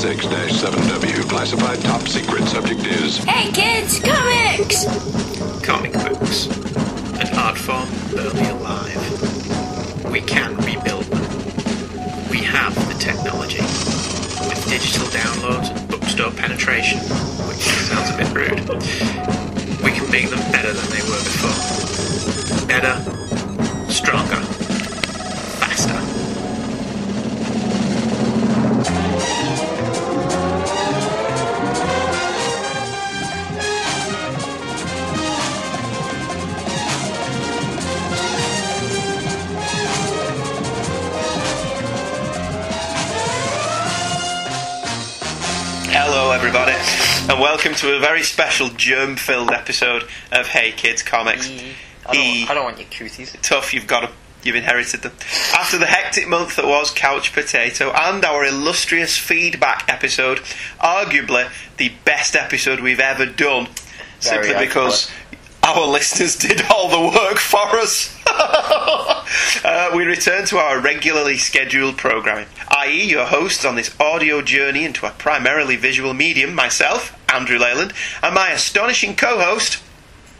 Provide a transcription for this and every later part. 36-7W, classified top secret. Subject is Hey kids, comics! comic books, an art form barely alive. We can rebuild them. We have the technology. With digital downloads and bookstore penetration, which sounds a bit rude, we can make them better than they were before. Better, stronger, faster. Hello, everybody, and welcome to a very special germ filled episode of Hey Kids Comics. Mm. I don't, E. I don't want your cooties. Tough, you've got them. You've inherited them. After the hectic month that was Couch Potato and our illustrious feedback episode, arguably the best episode we've ever done, simply accurate. because our listeners did all the work for us. Uh, we return to our regularly scheduled programming, i.e., your hosts on this audio journey into a primarily visual medium, myself, Andrew Leyland, and my astonishing co host.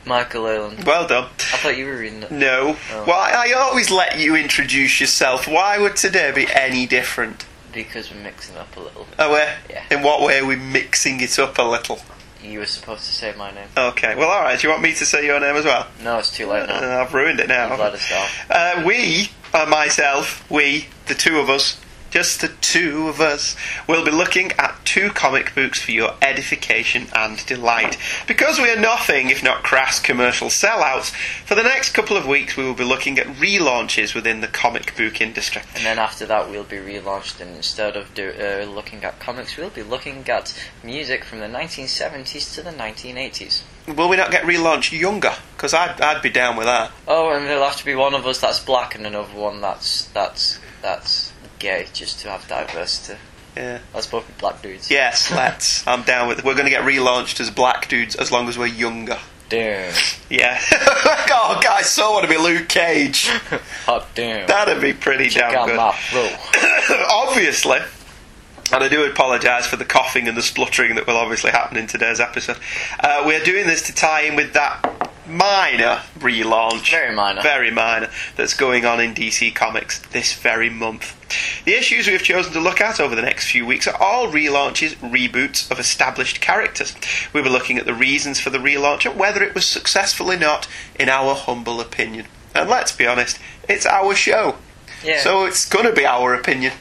Michael Leyland. Well done. I thought you were reading it. No. Oh. Why? I always let you introduce yourself. Why would today be any different? Because we're mixing up a little bit. Oh, uh, Yeah. In what way are we mixing it up a little? You were supposed to say my name. Okay. Well, all right. Do you want me to say your name as well? No, it's too late now. Uh, I've ruined it You've let now. us down. Uh, we, uh, myself, we, the two of us, just the two of us, will be looking at two comic books for your edification and delight. Because we are nothing if not crass commercial sellouts, for the next couple of weeks we will be looking at relaunches within the comic book industry. And then after that, we'll be relaunched, and instead of do, uh, looking at comics, we'll be looking at music from the 1970s to the 1980s. Will we not get relaunched younger? Because I'd, I'd be down with that. Oh, and there'll have to be one of us that's black and another one that's that's that's gay, just to have diversity. Yeah. Let's both be black dudes. Yes, let's. I'm down with it. We're going to get relaunched as black dudes as long as we're younger. Damn. Yeah. oh, God, I so want to be Luke Cage. Hot damn. That'd be pretty Check damn out good. my flow. obviously, and I do apologise for the coughing and the spluttering that will obviously happen in today's episode, uh, we're doing this to tie in with that minor relaunch. Very minor. Very minor that's going on in DC Comics this very month. The issues we have chosen to look at over the next few weeks are all relaunches, reboots of established characters. We were looking at the reasons for the relaunch and whether it was successful or not, in our humble opinion. And let's be honest, it's our show. Yeah. So it's going to be our opinion.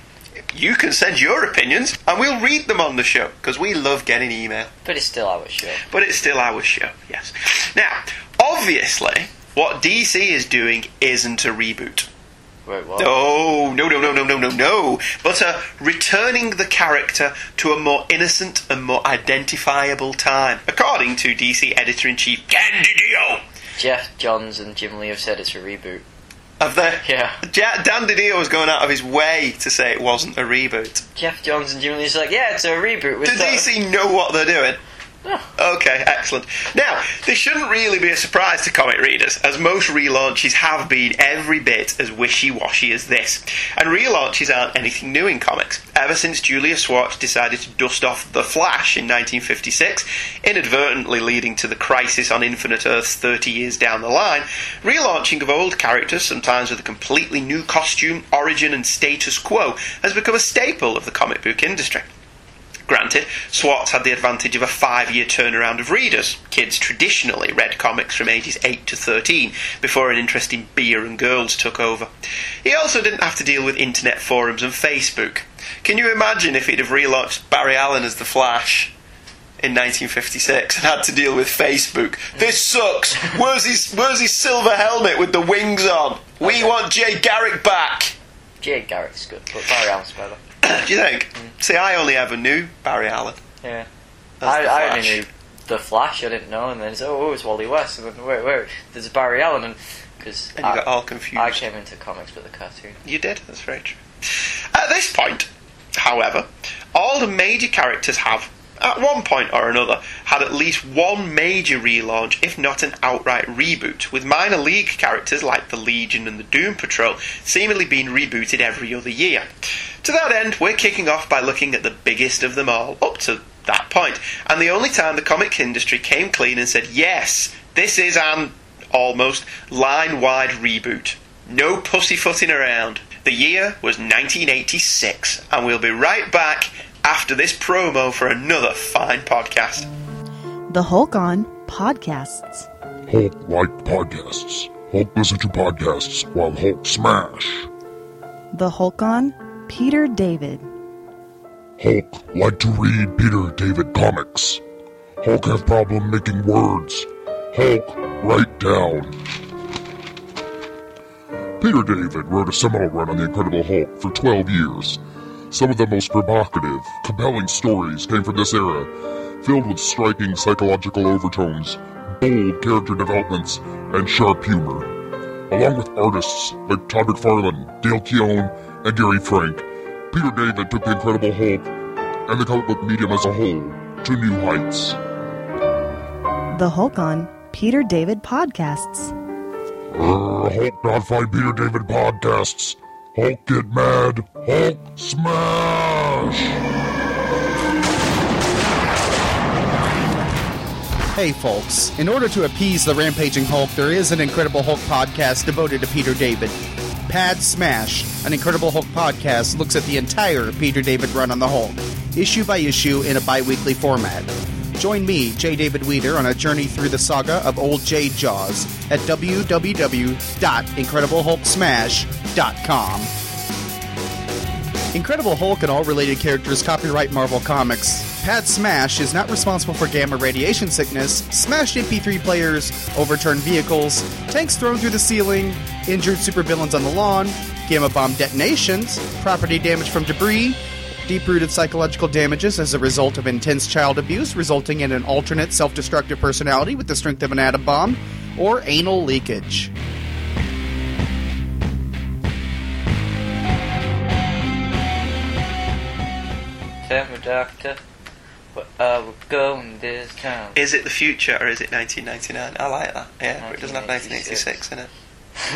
You can send your opinions and we'll read them on the show because we love getting email. But it's still our show. But it's still our show, yes. Now, obviously, what DC is doing isn't a reboot. Wait, what? Oh, no, no, no, no, no, no, no. But uh, returning the character to a more innocent and more identifiable time, according to DC editor in chief Candidio. Jeff Johns and Jim Lee have said it's a reboot. Of the. Yeah. Ja- Dan Didio was going out of his way to say it wasn't a reboot. Jeff Johns and Jim Lee's like, yeah, it's a reboot. With Does DC know what they're doing? No. Okay, excellent. Now, this shouldn't really be a surprise to comic readers, as most relaunches have been every bit as wishy washy as this. And relaunches aren't anything new in comics. Ever since Julia Schwartz decided to dust off The Flash in 1956, inadvertently leading to the crisis on Infinite Earths 30 years down the line, relaunching of old characters, sometimes with a completely new costume, origin, and status quo, has become a staple of the comic book industry. Granted, Swartz had the advantage of a five year turnaround of readers. Kids traditionally read comics from ages 8 to 13 before an interest in beer and girls took over. He also didn't have to deal with internet forums and Facebook. Can you imagine if he'd have relaunched Barry Allen as The Flash? In 1956, and had to deal with Facebook. This sucks. Where's his Where's his silver helmet with the wings on? We want Jay Garrick back. Jake Garrett's good, but Barry Allen's better. Do you think? See, I only ever knew Barry Allen. Yeah. as I, The I only Flash. knew The Flash, I didn't know, and then it's, oh, it's Wally West, and then, wait, wait, there's Barry Allen, and. Because And you got I, all confused. I came into comics with a cartoon. You did, that's very true. At this point, however, all the major characters have, at one point or another, had at least one major relaunch, if not an outright reboot, with minor league characters like the Legion and the Doom Patrol seemingly being rebooted every other year. To that end, we're kicking off by looking at the biggest of them all up to that point, and the only time the comic industry came clean and said, yes, this is an almost line wide reboot. No pussyfooting around. The year was 1986, and we'll be right back after this promo for another fine podcast. The Hulk on Podcasts. Hulk like podcasts. Hulk listen to podcasts while Hulk smash. The Hulk on Peter David. Hulk like to read Peter David comics. Hulk have problem making words. Hulk write down. Peter David wrote a seminal run on the Incredible Hulk for 12 years. Some of the most provocative, compelling stories came from this era, filled with striking psychological overtones, bold character developments, and sharp humor. Along with artists like Todd McFarlane, Dale Keown, and Gary Frank, Peter David took the Incredible Hulk and the comic book medium as a whole to new heights. The Hulk on Peter David Podcasts. Uh, Hulk not find Peter David podcasts. Hulk get mad. Hulk smash. Hey, folks. In order to appease the rampaging Hulk, there is an Incredible Hulk podcast devoted to Peter David. Pad Smash, an Incredible Hulk podcast, looks at the entire Peter David run on the Hulk, issue by issue in a bi weekly format. Join me, J. David Weeder, on a journey through the saga of Old J. Jaws at www.incrediblehulksmash.com. Incredible Hulk and all related characters copyright Marvel Comics. Pad Smash is not responsible for gamma radiation sickness, smashed MP3 players, overturned vehicles, tanks thrown through the ceiling, injured supervillains on the lawn, gamma bomb detonations, property damage from debris, deep rooted psychological damages as a result of intense child abuse resulting in an alternate self destructive personality with the strength of an atom bomb, or anal leakage. Tell me, Doctor, where are we going this time? Is it the future or is it 1999? I like that. Yeah, but it doesn't have 1986 in it.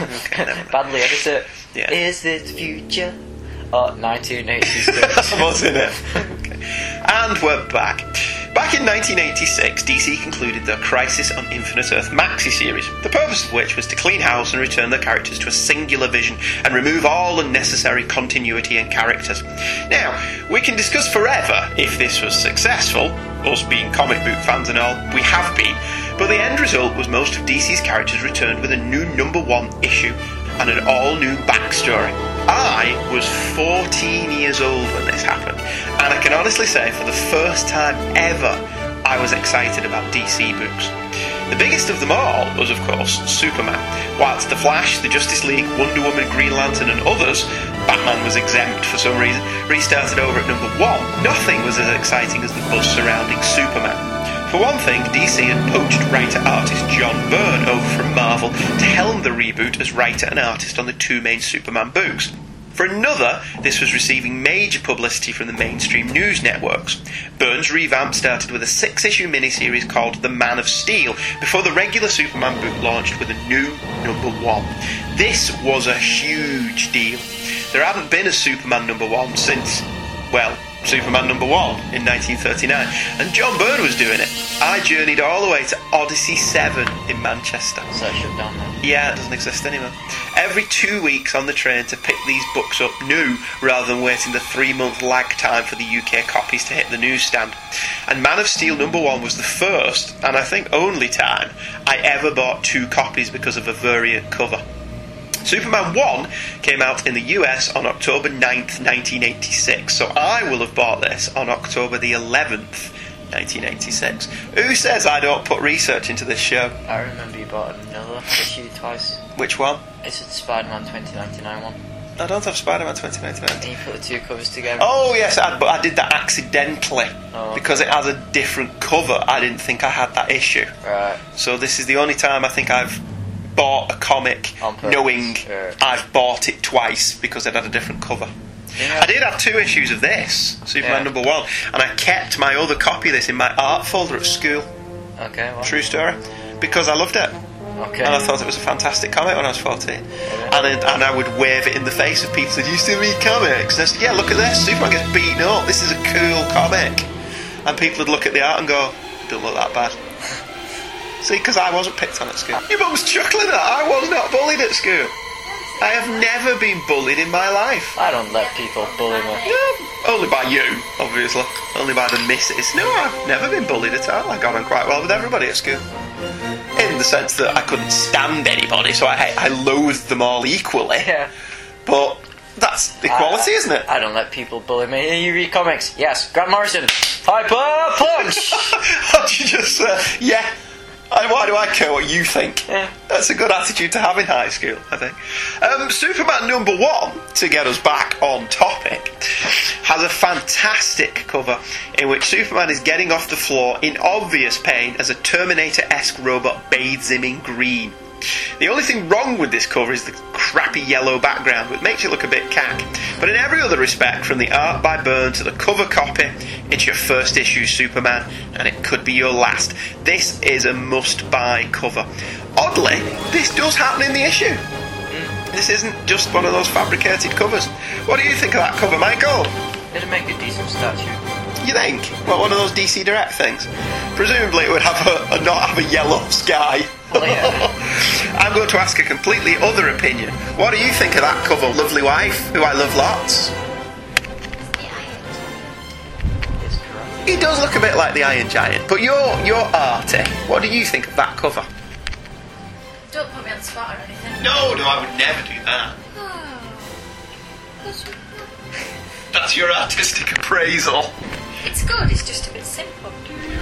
Okay, never mind. Badly edited. Yeah. Is this future? Oh, 1986. was in it. Okay. And we're back. Back in 1986, DC concluded their Crisis on Infinite Earth maxi series, the purpose of which was to clean house and return their characters to a singular vision and remove all unnecessary continuity and characters. Now, we can discuss forever if this was successful, us being comic book fans and all, we have been, but the end result was most of DC's characters returned with a new number one issue and an all new backstory. I was 14 years old when this happened, and I can honestly say for the first time ever, I was excited about DC books. The biggest of them all was, of course, Superman. Whilst The Flash, The Justice League, Wonder Woman, Green Lantern, and others, Batman was exempt for some reason, restarted over at number one, nothing was as exciting as the buzz surrounding Superman. For one thing, DC had poached writer artist John Byrne over from Marvel to helm the reboot as writer and artist on the two main Superman books. For another, this was receiving major publicity from the mainstream news networks. Byrne's revamp started with a six issue miniseries called The Man of Steel before the regular Superman book launched with a new number one. This was a huge deal. There hadn't been a Superman number one since, well, Superman number one in 1939, and John Byrne was doing it. I journeyed all the way to Odyssey 7 in Manchester. so shut down then. Yeah, it doesn't exist anymore. Every two weeks on the train to pick these books up new rather than waiting the three month lag time for the UK copies to hit the newsstand. And Man of Steel number one was the first, and I think only time, I ever bought two copies because of a variant cover. Superman 1 came out in the US on October 9th, 1986, so I will have bought this on October the 11th, 1986. Who says I don't put research into this show? I remember you bought another issue twice. Which one? It's a Spider-Man 2099 one. I don't have Spider Man 2099. And you put the two covers together. Oh yes, I, but I did that accidentally Oh, okay. because it has a different cover. I didn't think I had that issue, Right. so this is the only time I think I've bought a comic On purpose, knowing yeah. I've bought it twice because it had a different cover. Yeah. I did have two issues of this Superman Yeah. number one, and I kept my other copy of this in my art folder at school. Okay, well. True story, because I loved it. Okay. And I thought it was a fantastic comic when I was 14. And, it, and I would wave it in the face of people that used to read comics. And I said, yeah, look at this. Superman gets beaten up. This is a cool comic. And people would look at the art and go, don't look that bad. See, because I wasn't picked on at school. Your mum's chuckling at that. I was not bullied at school. I have never been bullied in my life. I don't let people bully me. No, only by you, obviously. Only by the missus. No, I've never been bullied at all. I got on quite well with everybody at school. In the sense that I couldn't stand anybody, so I, hate- I loathed them all equally. Yeah. But that's equality, I- isn't it? I don't let people bully me. You read comics? Yes. Grant Morrison. Hyper punch. How do you just uh, yeah? And why do I care what you think? Yeah. That's a good attitude to have in high school, I think. Um, Superman number one, to get us back on topic, has a fantastic cover in which Superman is getting off the floor in obvious pain as a Terminator esque robot bathes him in green. The only thing wrong with this cover is the crappy yellow background, which makes it look a bit cack. But in every other respect, from the art by Byrne to the cover copy, it's your first issue Superman, and it could be your last. This is a must buy cover. Oddly, this does happen in the issue. This isn't just one of those fabricated covers. What do you think of that cover, Michael? It'd make a decent statue. You think? Well, one of those DC Direct things. Presumably, it would have a, a not have a yellow sky. Well, yeah. I'm going to ask a completely other opinion. What do you think of that cover, Lovely Wife, who I love lots? It's correct. He does look a bit like the Iron Giant, but you're you're arty. What do you think of that cover? Don't put me on the spot or anything. No, no, I would never do that. Oh. That's your artistic appraisal. It's good, it's just a bit simple.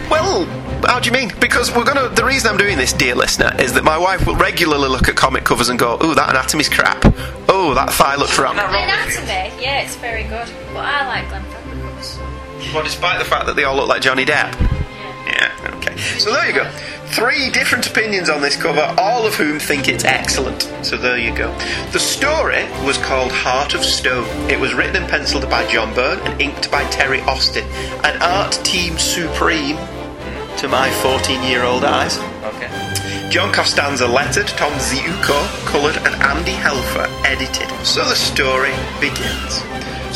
Well, how do you mean? Because we're gonna. The reason I'm doing this, dear listener, is that my wife will regularly look at comic covers and go, "Ooh, that anatomy's crap. Oh, that thigh looks wrong." Not wrong with you. Anatomy, yeah, it's very good. But I like Glenn Fabricus. Well, despite the fact that they all look like Johnny Depp. Yeah, okay. So there you go. Three different opinions on this cover, all of whom think it's excellent. So there you go. The story was called Heart of Stone. It was written and penciled by John Byrne and inked by Terry Austin, an art team supreme to my 14 year old eyes. Okay. John Costanza lettered, Tom Ziuko coloured, and Andy Helfer edited. So the story begins.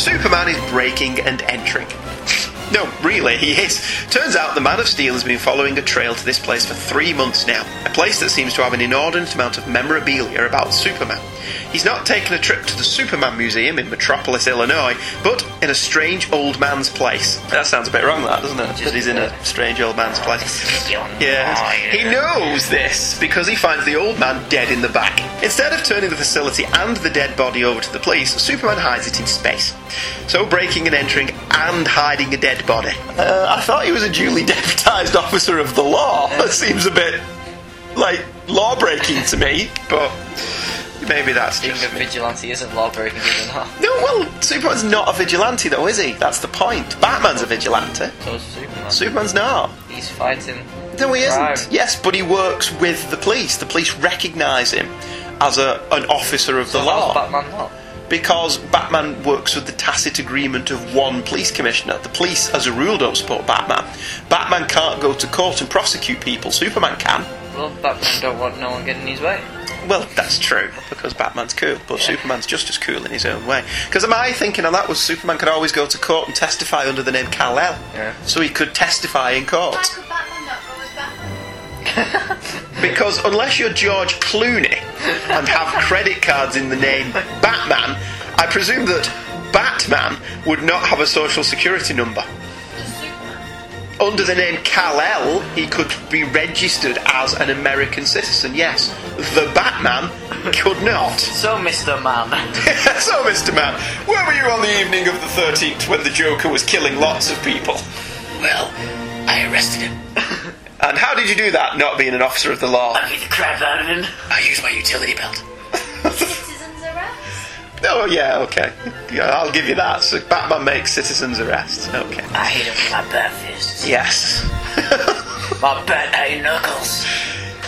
Superman is breaking and entering. No, really, he is. Turns out the Man of Steel has been following a trail to this place for three months now, a place that seems to have an inordinate amount of memorabilia about Superman. He's not taken a trip to the Superman Museum in Metropolis, Illinois, but in a strange old man's place. That sounds a bit wrong, that, doesn't it? That he's in a strange old man's place. Oh, Yeah. He knows this because he finds the old man dead in the back. Instead of turning the facility and the dead body over to the police, Superman hides it in space. So breaking and entering and hiding a dead body. Uh, I thought he was a duly deputized officer of the law. That seems a bit like law breaking to me, but maybe that's Being just a vigilante isn't law breaking, is it not? no, well, Superman's not a vigilante though, is he? That's the point. Batman's a vigilante. So is Superman. Superman's not. He's fighting. No, he crime. isn't. Yes, but he works with the police. The police recognise him as a, an officer of the So law how's Batman not? because Batman works with the tacit agreement of one police commissioner. The police, as a rule, don't support Batman. Batman can't go to court and prosecute people. Superman can. Well, Batman don't want no one getting in his way. Well, that's true because Batman's cool, but Superman's just as cool in his own way. Because my thinking on that was Superman could always go to court and testify under the name Kal El, Yeah. so he could testify in court. Why could Batman not go as Batman? Because unless you're George Clooney and have credit cards in the name Batman, I presume that Batman would not have a social security number. Under the name Kal El, he could be registered as an American citizen. Yes, the Batman could not. So, Mr. Man. so, Mr. Man, where were you on the evening of the 13th when the Joker was killing lots of people? Well, I arrested him. And how did you do that, not being an officer of the law? I beat the crap out of him. I used my utility belt. Citizens arrest? Oh yeah, okay. Yeah, I'll give you that. So Batman makes citizens arrest. Okay. I hit him with my bare fists. Yes. My bare knuckles.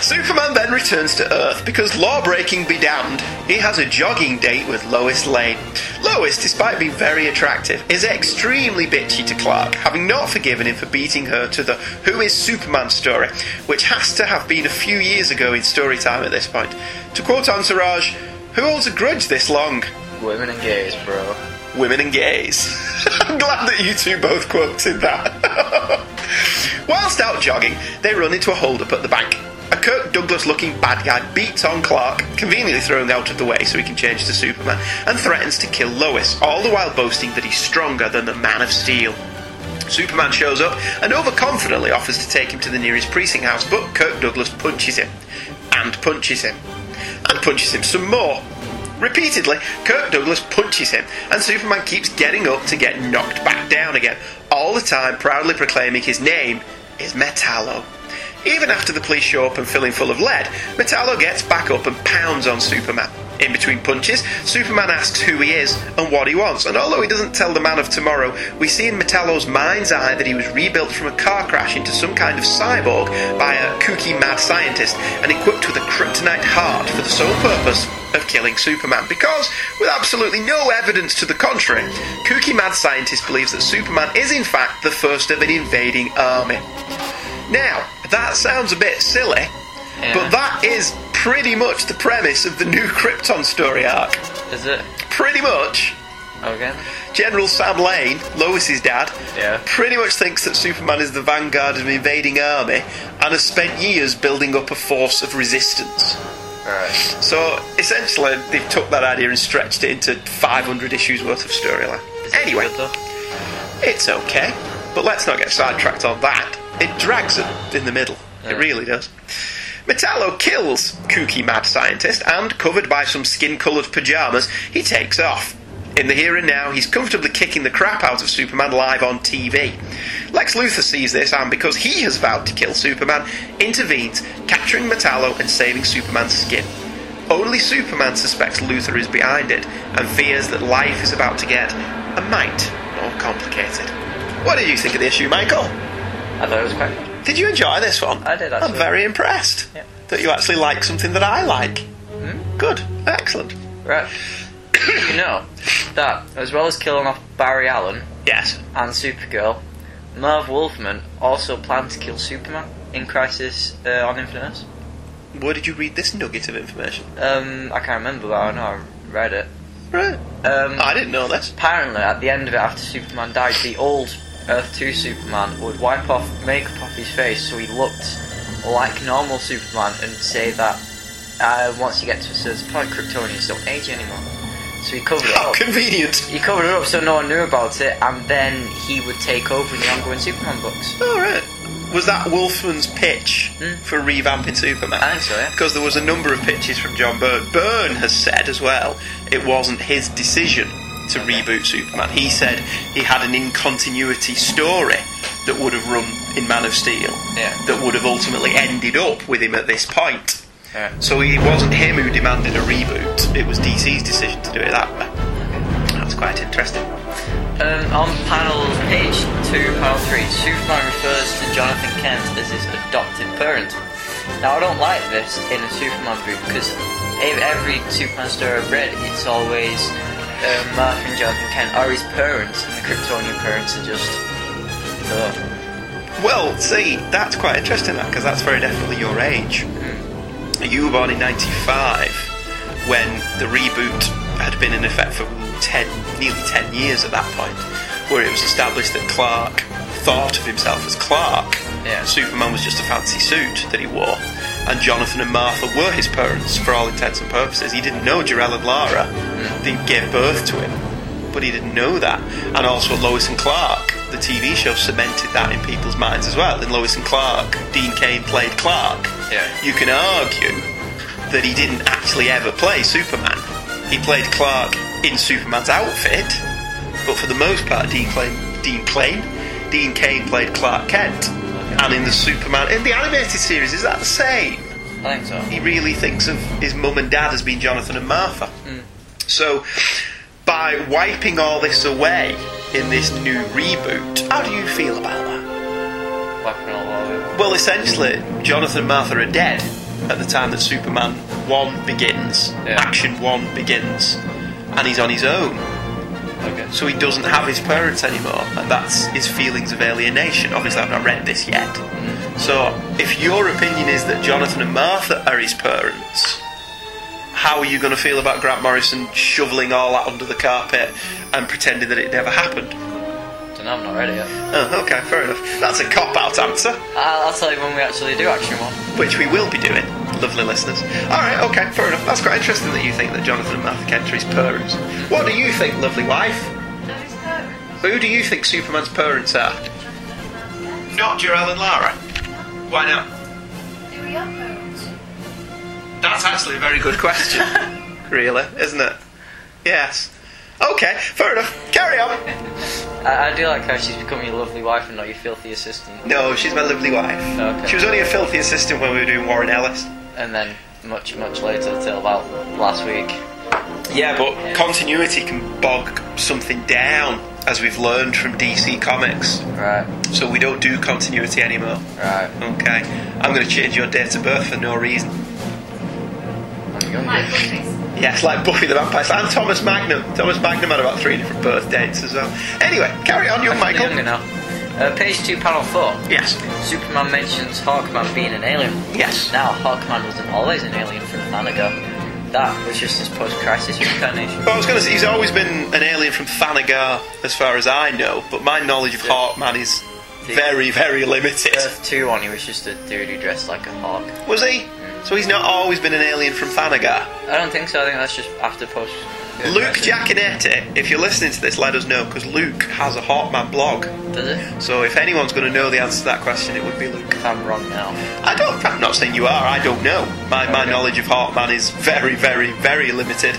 Superman then returns to Earth because lawbreaking be damned, he has a jogging date with Lois Lane. Lois, despite being very attractive, is extremely bitchy to Clark, having not forgiven him for beating her to the Who is Superman story, which has to have been a few years ago in story time at this point. To quote Entourage, who holds a grudge this long? Women and gays, bro. women and gays. I'm glad that you two both quoted that. Whilst out jogging, they run into a holdup at the bank. A Kirk Douglas looking bad guy beats on Clark, conveniently thrown out of the way so he can change to Superman, and threatens to kill Lois, all the while boasting that he's stronger than the Man of Steel. Superman shows up and overconfidently offers to take him to the nearest precinct house, but Kirk Douglas punches him. And punches him. And punches him some more. Repeatedly, Kirk Douglas punches him, and Superman keeps getting up to get knocked back down again, all the time proudly proclaiming his name is Metallo. Even after the police show up and fill him full of lead, Metallo gets back up and pounds on Superman. In between punches, Superman asks who he is and what he wants, and although he doesn't tell the man of tomorrow, we see in Metallo's mind's eye that he was rebuilt from a car crash into some kind of cyborg by a kooky mad scientist and equipped with a kryptonite heart for the sole purpose of killing Superman, because, with absolutely no evidence to the contrary, kooky mad scientist believes that Superman is in fact the first of an invading army. Now, that sounds a bit silly, but that is pretty much the premise of the new Krypton story arc. Is it? Oh, Pretty much. Again? General Sam Lane, Lois's dad, Yeah. pretty much thinks that Superman is the vanguard of an invading army and has spent years building up a force of resistance. Alright. So essentially, they've took that idea and stretched it into 500 issues worth of storyline. Anyway, Good though. it's okay, but let's not get sidetracked on that. It drags it in the middle. It Yeah. really does. Metallo kills kooky mad scientist, and covered by some skin-coloured pajamas, he takes off. In the here and now, he's comfortably kicking the crap out of Superman live on TV. Lex Luthor sees this, and because he has vowed to kill Superman, intervenes, capturing Metallo and saving Superman's skin. Only Superman suspects Luthor is behind it, and fears that life is about to get a mite more complicated. What did you think of the issue, Michael? I thought it was quite good. Did you enjoy this one? I did, I'm actually. very impressed Yeah. Hmm? that you actually like something that I like. Good. Excellent. Right. you know that as well as killing off Barry Allen Yes. and Supergirl, Merv Wolfman also planned to kill Superman in Crisis uh, on Infinite Earths. Where did you read this nugget of information? Um, I can't remember, but I know I read it. Right. Um, I didn't know this. apparently, at the end of it, after Superman died, the old Earth 2 Superman would wipe off makeup off his face so he looked like normal Superman and say that uh, once you get to a certain point, Kryptonians don't age anymore. So he covered it How up. convenient. He covered it up so no one knew about it, and then he would take over in the ongoing Superman books. All right. Was that Wolfman's pitch for revamping Superman? Hmm? I think so, yeah. Because there was a number of pitches from John Byrne. Byrne has said as well it wasn't his decision to reboot Superman. He said he had an incontinuity story that would have run in Man of Steel Yeah. that would have ultimately ended up with him at this point. Yeah. So it wasn't him who demanded a reboot. It was DC's decision to do it that way. That's quite interesting. Um, on panel page 2, panel 3, Superman refers to Jonathan Kent as his adopted parent. Now, I don't like this in a Superman book because ev- every Superman story I've read, it's always um, Martha and Jonathan Kent are his parents, and the Kryptonian parents are just. Uh, Well, see, that's quite interesting, that, because that's very definitely your age. You were born in 95, when the reboot had been in effect for 10, nearly 10 years at that point, where it was established that Clark thought of himself as Clark. Yeah. Superman was just a fancy suit that he wore, and Jonathan and Martha were his parents for all intents and purposes. He didn't know Jarell and Lara didn't give birth to him, but he didn't know that. And also Lois and Clark, the TV show, cemented that in people's minds as well. In Lois and Clark, Dean Kane played Clark. Yeah. You can argue that he didn't actually ever play Superman. He played Clark in Superman's outfit, but for the most part, Dean Klein, Dean Klein, Dean Kane played Clark Kent, and in the Superman, in the animated series, is that the same? I think so. He really thinks of his mum and dad as being Jonathan and Martha. So, by wiping all this away in this new reboot, how do you feel about that? Wiping all over. Well, essentially, Jonathan and Martha are dead, at the time that Superman 1 begins, Yeah. Action 1 begins, and he's on his own. Okay. So he doesn't have his parents anymore, and that's his feelings of alienation. Obviously, I've not read this yet. Mm. So, if your opinion is that Jonathan and Martha are his parents, how are you going to feel about Grant Morrison shoveling all that under the carpet and pretending that it never happened? Don't know, I'm not ready yet. Oh, okay, fair enough. That's a cop out answer, I'll, I'll tell you when we actually do action one. which we will be doing, lovely listeners. Alright, okay, fair enough. That's quite interesting that you think that Jonathan and Martha Kent are his parents. What do you think, lovely wife? That is parents. Who do you think Superman's parents are? Not Jarell and Lara. Why not? Do we have parents? That's actually a very good question. really, isn't it? Yes. Okay, fair enough. Carry on. I, I do like how she's become your lovely wife and not your filthy assistant. No, she's my lovely wife. Okay. She was only a filthy assistant when we were doing Warren Ellis. And then much, much later, till about last week. Yeah, but continuity can bog something down, as we've learned from DC Comics. Right, So we don't do continuity anymore. right. Okay. I'm going to change your date of birth for no reason. I'm young. Like puppies. Yes, like Buffy the Vampire Slayer and Thomas Magnum. Thomas Magnum had about three different birth dates as well. Anyway, carry on, young I'm Oh, Michael. younger now. Uh, page 2, panel 4. Yes, Superman mentions Hawkman being an alien. yes. Now, Hawkman wasn't always an alien from long ago. That was just his post-crisis reincarnation. Well, I was going to say he's always been an alien from Thanagar, as far as I know, but my knowledge of Hawkman is very, very limited. Earth 2 on, he was just a dude who dressed like a hawk. Was he? So he's not always been an alien from Thanagar. I don't think so, I think that's just after post... Luke Giaconetti, if you're listening to this, let us know, because Luke has a Hawkman blog. Does it? So if anyone's going to know the answer to that question, it would be Luke. If I'm wrong now. I don't. I'm not saying you are. I don't know. My, my knowledge of Hawkman is very, very, very limited.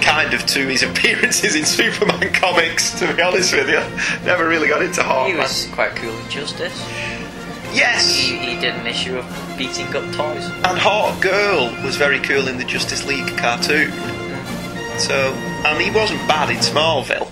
Kind of to his appearances in Superman comics. To be honest with you, never really got into He Hawkman. was quite cool in Justice. yes, He, he did an issue of beating up toys. and Hawk Girl was very cool in the Justice League cartoon. Mm-hmm. So, and he wasn't bad in Smallville.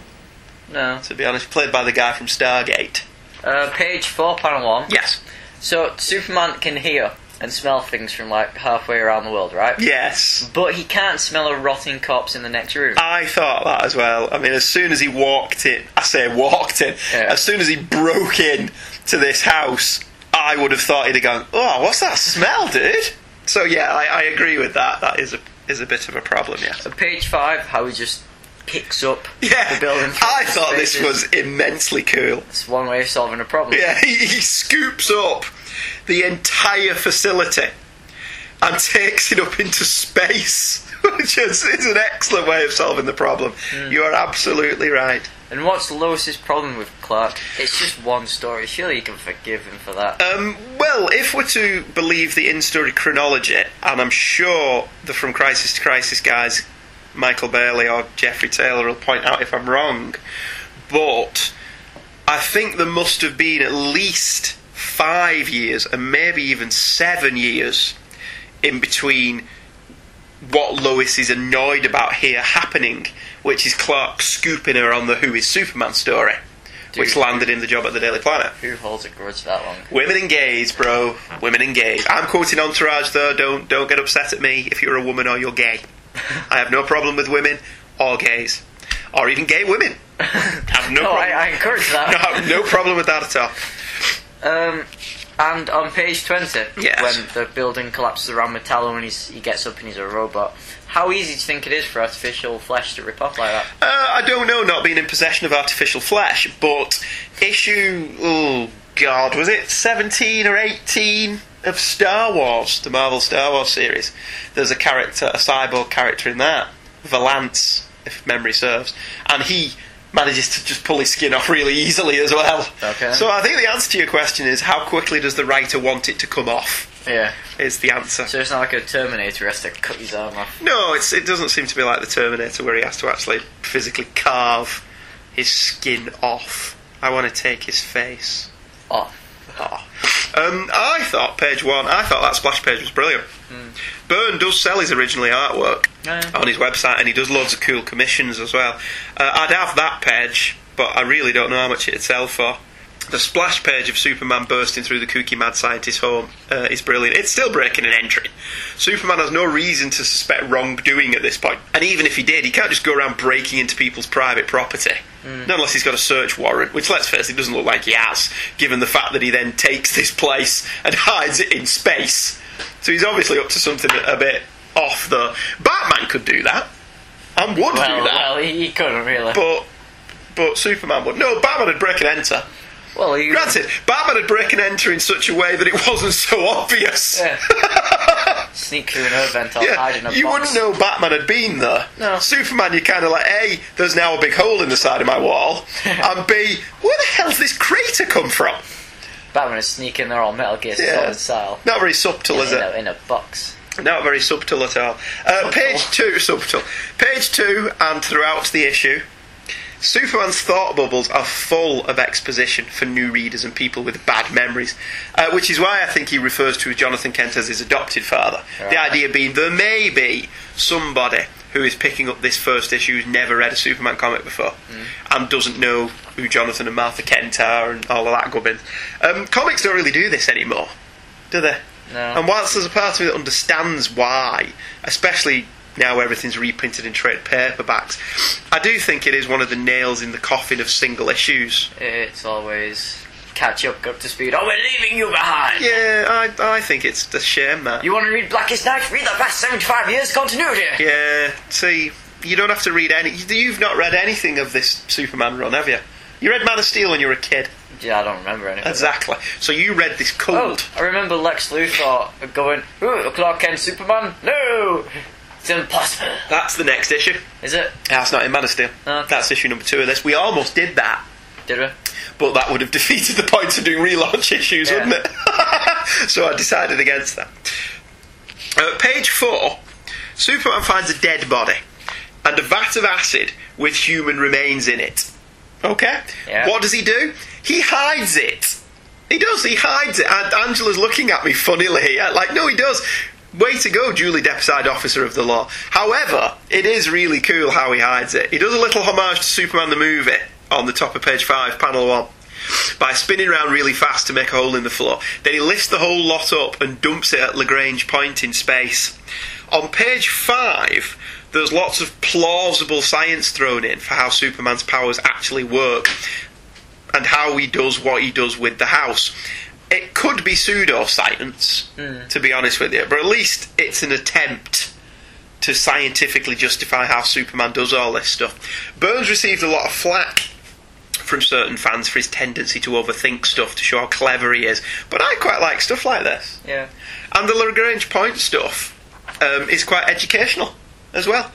No. To be honest, played by the guy from Stargate. Uh, page 4, panel 1. Yes. So, Superman can hear and smell things from like halfway around the world, right? Yes. But he can't smell a rotting corpse in the next room. I thought that as well. I mean, as soon as he walked in, I say walked in, Yeah. as soon as he broke in to this house, I would have thought he'd have gone, oh, what's that smell, dude? So, yeah, I, I agree with that. That is a, is a bit of a problem, yes. Page 5, how he just picks up Yeah, the building. from I thought this spaces. was immensely cool. It's one way of solving a problem. Yeah, he, he scoops up the entire facility and takes it up into space, which is, is an excellent way of solving the problem. You are absolutely right. And what's Lois's problem with Clark? It's just one story. Surely you can forgive him for that. Um, well, if we're to believe the in-story chronology, and I'm sure the From Crisis to Crisis guys, Michael Bailey or Jeffrey Taylor, will point out if I'm wrong, but I think there must have been at least five years, and maybe even seven years, in between what Lois is annoyed about here happening, which is Clark scooping her on the Who is Superman story, which Dude. landed him the job at the Daily Planet. Who holds a grudge that long? Women engage, bro. Women engage. I'm quoting Entourage though. Don't don't get upset at me if you're a woman or you're gay. I have no problem with women or gays or even gay women. I have no No, I, problem. I encourage No, that. I have no problem with that at all. Um, and on page 20, Yes. when the building collapses around Metallo and he's, he gets up and he's a robot, how easy do you think it is for artificial flesh to rip off like that? Uh, I don't know, not being in possession of artificial flesh, but issue. Oh, God, was it 17 or 18 of Star Wars, the Marvel Star Wars series? There's a character, a cyborg character in that, Valance, if memory serves, and he manages to just pull his skin off really easily as well. Okay. So I think the answer to your question is how quickly does the writer want it to come off? Yeah. Is the answer. So it's not like a Terminator has to cut his arm off. No, it's, it doesn't seem to be like the Terminator where he has to actually physically carve his skin off. I want to take his face. Oh, Oh. Um, I thought page one. I thought that splash page was brilliant. Byrne does sell his originally artwork Yeah. on his website, and he does loads of cool commissions as well. Uh, I'd have that page, but I really don't know how much it'd sell for. The splash page of Superman bursting through the kooky mad scientist's home uh, is brilliant. It's still breaking an entry. Superman has no reason to suspect wrongdoing at this point. And even if he did, he can't just go around breaking into people's private property. Not unless he's got a search warrant, which, let's face it, doesn't look like he has, given the fact that he then takes this place and hides it in space. So he's obviously up to something a bit off, though. Batman could do that. And would Well, do that. well, he, he couldn't really. But but Superman would. No, Batman would break and enter. well, he, Granted, Batman would break and enter in such a way that it wasn't so obvious. Yeah. sneak through an event or Yeah, hide in a you box. wouldn't know Batman had been there. No. Superman, you're kind of like, A, there's now a big hole in the side of my wall, and B, where the hell's this crater come from? Batman is sneaking there all Metal Gear Yeah. Solid style. Not very subtle, is in, it? a, in a box. Not very subtle at all. Uh, page two, subtle. Page two, and throughout the issue, Superman's thought bubbles are full of exposition for new readers and people with bad memories, uh, which is why I think he refers to Jonathan Kent as his adopted father. The Right. idea being there may be somebody who is picking up this first issue who's never read a Superman comic before and doesn't know who Jonathan and Martha Kent are and all of that gubbins. Um, comics don't really do this anymore, do they? No. And whilst there's a part of me that understands why, especially now everything's reprinted in trade paperbacks, I do think it is one of the nails in the coffin of single issues. It's always catch up, up to speed. Oh, we're leaving you behind. Yeah, I, I think it's a shame that. You want to read Blackest Night? Read the past 75 years continuity. Yeah, see, you don't have to read any. You've not read anything of this Superman run, have you? You read Man of Steel when you were a kid. Yeah, I don't remember anything. Exactly. So you read this Oh, cold. I remember Lex Luthor going, "Ooh, Clark Kent, Superman? No, it's impossible." That's the next issue. Is it? That's not in Man of Steel. Okay. That's issue number two of this. We almost did that. Did we? but that would have defeated the point of doing relaunch issues, Yeah. wouldn't it? so I decided against that. Uh, page four Superman finds a dead body and a vat of acid with human remains in it. Okay? Yeah. What does he do? He hides it. He does, he hides it. And Angela's looking at me funnily here. Like, no, he does. Way to go, Julie Depside, officer of the law. However, it is really cool how he hides it. He does a little homage to Superman the movie on the top of page 5, panel 1, by spinning around really fast to make a hole in the floor. Then he lifts the whole lot up and dumps it at Lagrange Point in space. On page 5, there's lots of plausible science thrown in for how Superman's powers actually work and how he does what he does with the house. It could be pseudoscience, to be honest with you, but at least it's an attempt to scientifically justify how Superman does all this stuff. Burns received a lot of flack from certain fans for his tendency to overthink stuff to show how clever he is, but I quite like stuff like this. Yeah. And the Lagrange Point stuff um, is quite educational as well.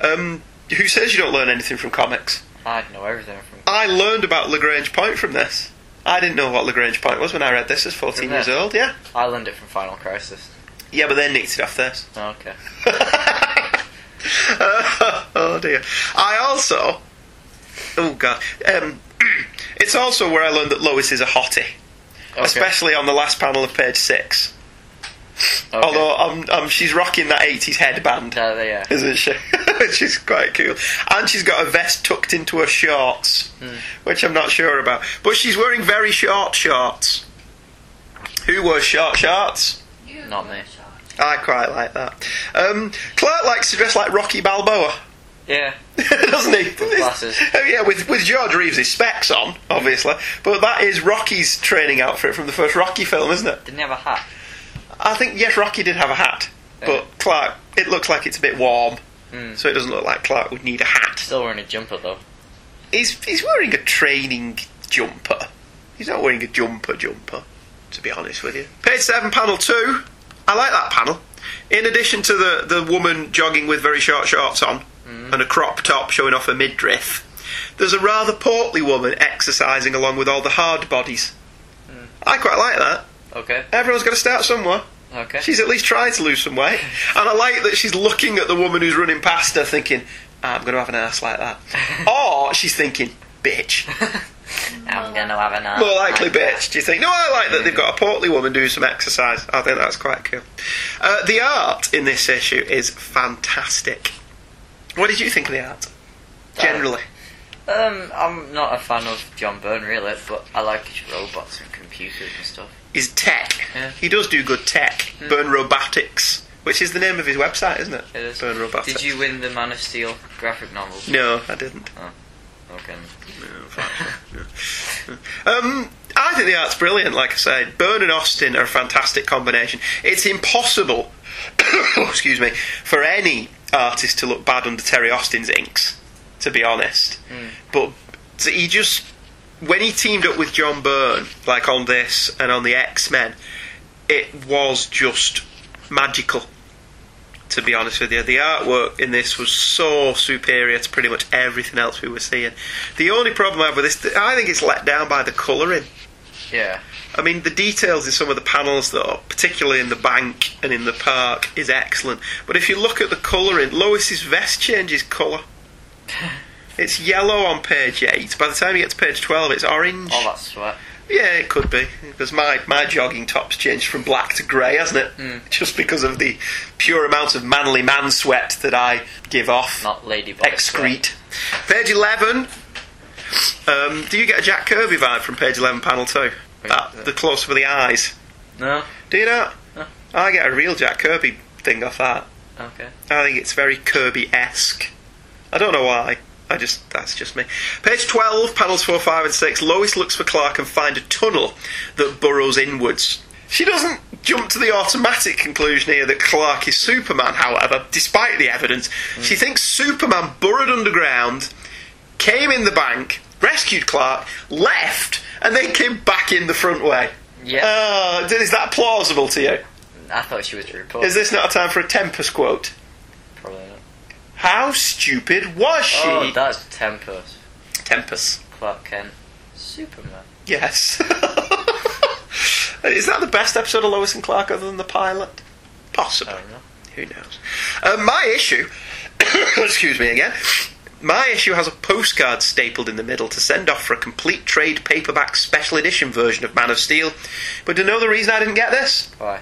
Um, who says you don't learn anything from comics? I know everything from. I learned about Lagrange Point from this. I didn't know what Lagrange Point was when I read this as 14 Isn't years it? old, yeah. I learned it from Final Crisis. Yeah, but they nicked it off this. Oh, okay. oh dear. I also. Oh god. Um, it's also where I learned that Lois is a hottie, okay. especially on the last panel of page 6. Okay. Although um, um, she's rocking that 80s headband. No, they- Uh, yeah. isn't she? which is quite cool. And she's got a vest tucked into her shorts, which I'm not sure about. But she's wearing very short shorts. Who wears short shorts? You Not me. I quite like that. Um, Clark likes to dress like Rocky Balboa. Yeah. Doesn't he? With glasses. Oh yeah, with with George Reeves' specs on, obviously. But that is Rocky's training outfit from the first Rocky film, isn't it? Didn't he have a hat? I think yes, Rocky did have a hat, Yeah. but Clark, it looks like it's a bit warm, Mm. so it doesn't look like Clark would need a hat. Still wearing a jumper though. He's he's wearing a training jumper. He's not wearing a jumper jumper, to be honest with you. Page seven, panel two. I like that panel. In addition to the, the woman jogging with very short shorts on and a crop top showing off her midriff, there's a rather portly woman exercising along with all the hard bodies. I quite like that. Okay. Everyone's got to start somewhere. Okay. She's at least tried to lose some weight. And I like that she's looking at the woman who's running past her thinking, "Ah, I'm going to have an ass like that. or she's thinking, bitch. I'm gonna have a More likely bitch, do you think? No, I like that they've got a portly woman doing some exercise. I think that's quite cool. Uh, the art in this Uh, issue is fantastic. What did you think of the art? Generally. Um, I'm not a fan of John Byrne really, but I like his robots and computers and stuff. Is tech. Yeah. Hmm. He does do good tech. Burn Robotics, which is the name of his website, isn't it? It is. Burn Robotics. Did you win the Man of Steel graphic novel? No, I didn't. Okay. Um, I think the art's brilliant. Like I said, Byrne and Austin are a fantastic combination. It's impossible, excuse me, for any artist to look bad under Terry Austin's inks. To be honest, but so he just when he teamed up with John Byrne, like on this and on the X Men, it was just magical. To be honest with you, the artwork in this was so superior to pretty much everything else we were seeing. The only problem I have with this, I think it's let down by the colouring. Yeah. I mean, the details in some of the panels, though, particularly in the bank and in the park, is excellent. But if you look at the colouring, Lois's vest changes colour. It's yellow on page 8. By the time you get to page 12, it's orange. All that sweat. Yeah, it could be. Because my, my jogging top's changed from black to grey, hasn't it? Just because of the pure amount of manly man sweat that I give off Not Lady Boy. excrete. Page 11. Um, do you get a Jack Kirby vibe from page 11, panel 2? That, the close for the eyes. No. Do you not? No. I get a real Jack Kirby thing off that. Okay. I think it's very Kirby esque. I don't know why. I just that's just me. Page twelve, panels four, five, and six. Lois looks for Clark and find a tunnel that burrows inwards. She doesn't jump to the automatic conclusion here that Clark is Superman. However, despite the evidence, she thinks Superman burrowed underground, came in the bank, rescued Clark, left, and then came back in the front way. Yeah. Uh, is that plausible to you? I thought she was a reporter. Is this not a time for a Tempest quote? Probably not. How stupid was she? Oh, that's Tempest. Tempest. Clark Kent. Superman. Yes. Is that the best episode of Lois and Clark other than the pilot? Possibly. I don't know. Who knows? Uh, my issue. excuse me again. My issue has a postcard stapled in the middle to send off for a complete trade paperback special edition version of Man of Steel. But do you know the reason I didn't get this? Why?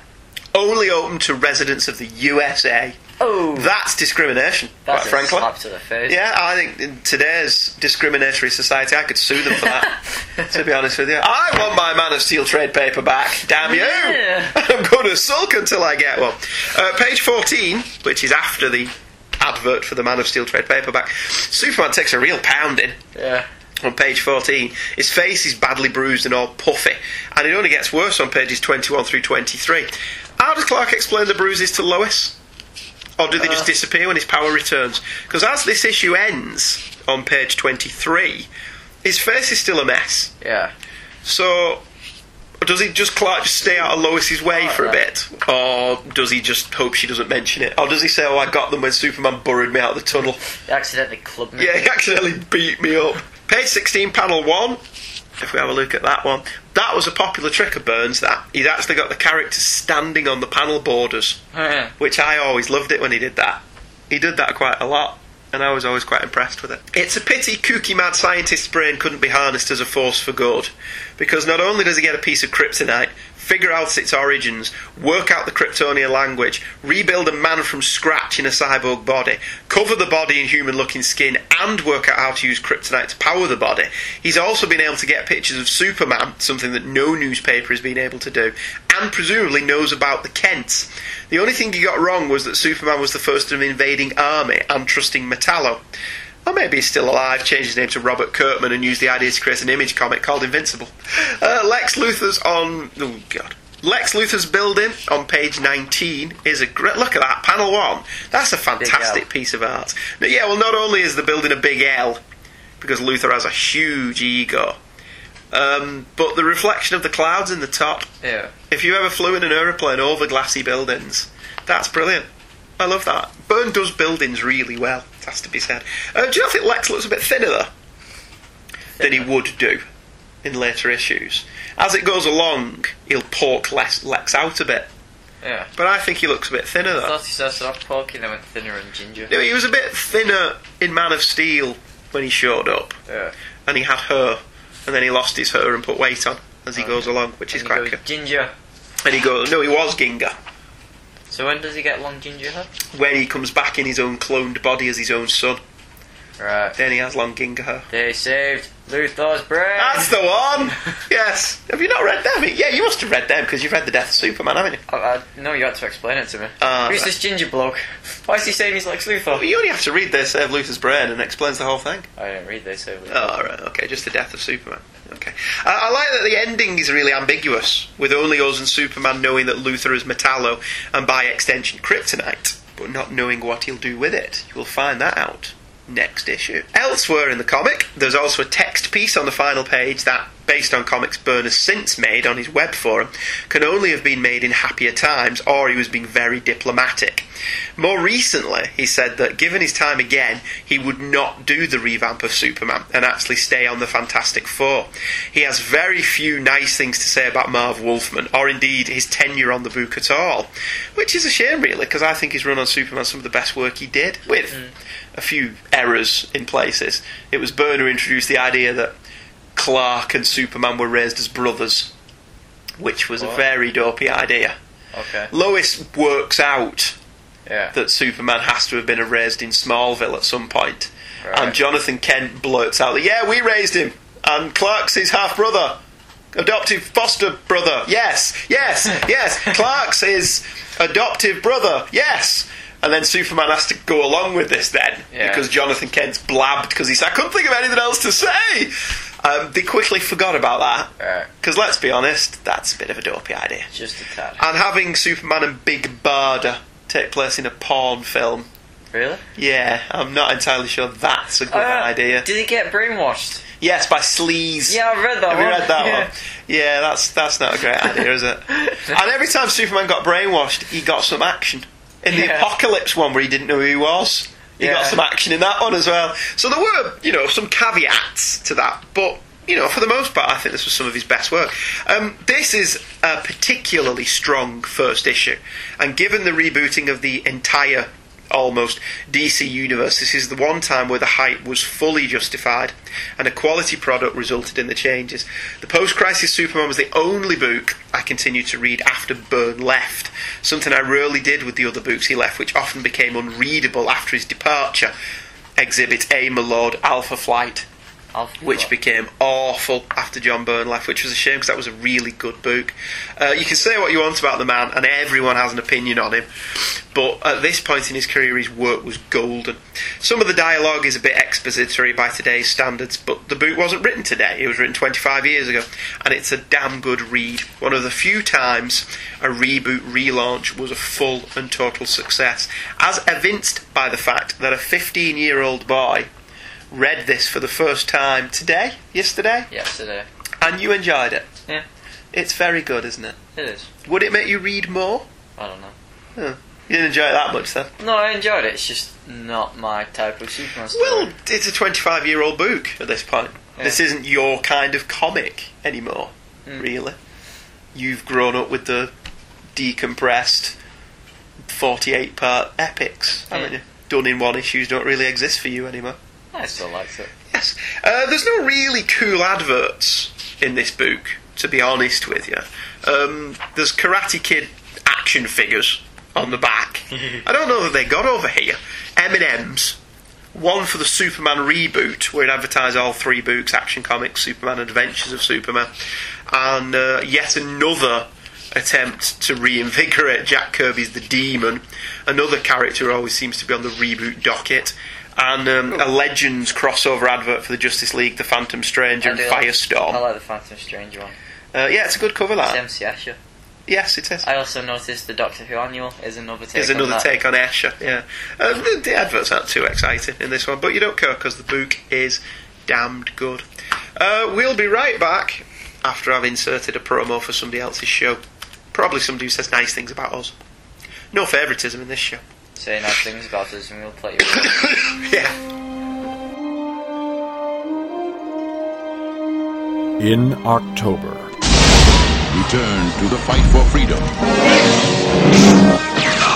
Only open to residents of the USA. Oh, That's discrimination, that's quite a frankly. slap to the face. Yeah, I think in today's discriminatory society, I could sue them for that. to be honest with you, I want my Man of Steel trade paperback. Damn you! Yeah. I'm going to sulk until I get one. Uh, page 14, which is after the advert for the Man of Steel trade paperback, Superman takes a real pounding. Yeah. On page 14, his face is badly bruised and all puffy, and it only gets worse on pages 21 through 23. How does Clark explain the bruises to Lois? Or do they just disappear when his power returns? Because as this issue ends on page 23, his face is still a mess. Yeah. So, does he just Clark just stay out of Lois's way for a bit, or does he just hope she doesn't mention it, or does he say, "Oh, I got them when Superman burrowed me out of the tunnel"? He accidentally clubbed me. Yeah, he accidentally beat me up. Page 16, panel 1. If we have a look at that one, that was a popular trick of Burns. That he'd actually got the characters standing on the panel borders, Yeah. which I always loved it when he did that. He did that quite a lot, and I was always quite impressed with it. It's a pity kooky mad scientist's brain couldn't be harnessed as a force for good, because not only does he get a piece of kryptonite, figure out its origins, work out the Kryptonian language, rebuild a man from scratch in a cyborg body, cover the body in human looking skin, and work out how to use kryptonite to power the body, he's also been able to get pictures of Superman, something that no newspaper has been able to do, and presumably knows about the Kents. The only thing he got wrong was that Superman was the first of an invading army and trusting Metallo. Or maybe he's still alive, changed his name to Robert Kirkman and used the idea to create an image comic called Invincible. Uh, Lex Luthor's on. Oh, God. Lex Luthor's building on page 19 is a great. Look at that, panel one. That's a fantastic piece of art. Now, yeah, well, not only is the building a big L, because Luthor has a huge ego, um, but the reflection of the clouds in the top Yeah. if you ever flew in an aeroplane over glassy buildings, that's brilliant. I love that. Byrne does buildings really well, it has to be said. Uh, do you not think Lex looks a bit thinner, though, than he would do in later issues? As it goes along, he'll pork Lex, Lex out a bit. Yeah. But I think he looks a bit thinner, I though. thought he started off porking then went thinner and ginger. No, he was a bit thinner in Man of Steel when he showed up, Yeah. and he had her, and then he lost his her and put weight on as he goes along, which is Oh, And quite he goes, cool. Ginger. And he goes, no, he was Ginga. So when does he get long ginger hair? when he comes back in his own cloned body as his own son. Right. Then he has long Gingaho. They saved Luthor's brain. That's the one! Yes. Have you not read them? Yeah, you must have read them because you've read The Death of Superman, haven't you? I, Oh, I, no, you had to explain it to me. Uh, Who's this ginger bloke? Why is he saying he's Lex But Luthor? you only have to read this of Luther's Brain and it explains the whole thing. I didn't read this. So Oh, all right, okay, just the death of Superman. Okay. I, I like that the ending is really ambiguous, with only us and Superman knowing that Luthor is Metallo and by extension Kryptonite, but not knowing what he'll do with it. You'll find that out next issue. Elsewhere in the comic, there's also a text piece on the final page that, based on comics Byrne has since made on his web forum, can only have been made in happier times or he was being very diplomatic. More recently, he said that given his time again, he would not do the revamp of Superman and actually stay on the Fantastic Four. He has very few nice things to say about Marv Wolfman, or indeed his tenure on the book at all, which is a shame, really, because I think he's run on Superman some of the best work he did, with a few errors in places. It was Byrne who introduced the idea that Clark and Superman were raised as brothers, which was a What? very dopey idea. Okay. Lois works out Yeah. that Superman has to have been raised in Smallville at some point. Right. And Jonathan Kent blurts out that, yeah, we raised him. And Clark's his half brother. Adoptive foster brother. Yes, yes, yes. Clark's his adoptive brother. Yes. And then Superman has to go along with this then. Yeah. Because Jonathan Kent's blabbed because he said, I couldn't think of anything else to say. Um, they quickly forgot about Right. that. Because let's be honest, that's a bit of a dopey idea. Just a tad. And having Superman and Big Barda take place in a porn film. really? Yeah, I'm not entirely sure that's a good Uh, idea. Did he get brainwashed? yes, by Sleaze. Yeah, I've read that Have one. you read that yeah. one? Yeah, that's that's not a great idea, is it? And every time Superman got brainwashed, he got some action. In the Yeah. Apocalypse one, where he didn't know who he was, he got Yeah. some action in that one as well. So there were, you know, some caveats to that, but you know, for the most part, I think this was some of his best work. Um, this is a particularly strong first issue, and given the rebooting of the entire almost DC universe, this is the one time where the hype was fully justified and a quality product resulted in the changes. The post crisis Superman was the only book I continued to read after Byrne left, something I rarely did with the other books he left, which often became unreadable after his departure. Exhibit A, My Lord, Alpha Flight, I'll- which became awful after John Byrne left, which was a shame because that was a really good book. Uh, you can say what you want about the man, and everyone has an opinion on him, but at this point in his career, his work was golden. Some of the dialogue is a bit expository by today's standards, but the book wasn't written today, it was written 25 years ago, and it's a damn good read. One of the few times a reboot relaunch was a full and total success, as evinced by the fact that a 15 year old boy read this for the first time today, yesterday, yesterday. and you enjoyed it. Yeah. It's very good, isn't it? It is. Would it make you read more? I don't know. Huh. You didn't enjoy it that much then. No, I enjoyed it. It's just not my type of Superman story. Well, it's a 25 year old book at this point. Yeah. This isn't your kind of comic anymore, Mm. really. You've grown up with the decompressed 48 part epics, haven't Yeah. you? Done in one issues don't really exist for you anymore. I still liked it. Yes. Uh, there's no really cool adverts in this book, to be honest with you. Um, there's Karate Kid action figures on the back. I don't know that they got over here. M&M's. One for the Superman reboot, where it advertised all three books, Action Comics, Superman Adventures of Superman, and uh, yet another attempt to reinvigorate Jack Kirby's The Demon, another character who always seems to be on the reboot docket, and um, Oh. a Legends crossover advert for the Justice League, The Phantom Stranger, I and do like- I Firestorm. like the Phantom Strange one. Uh, yeah, it's a good cover, It's that. MC Escher. Yes, it is. I also noticed the Doctor Who annual is another take. There's another on that. take on Escher, yeah. Uh, the, the adverts aren't too exciting in this one, but you don't care because the book is damned good. Uh, we'll be right back after I've inserted a promo for somebody else's show. Probably somebody who says nice things about us. No favouritism in this show. Say nice things about us, and we'll play you. yeah. In October, Return to the fight for freedom.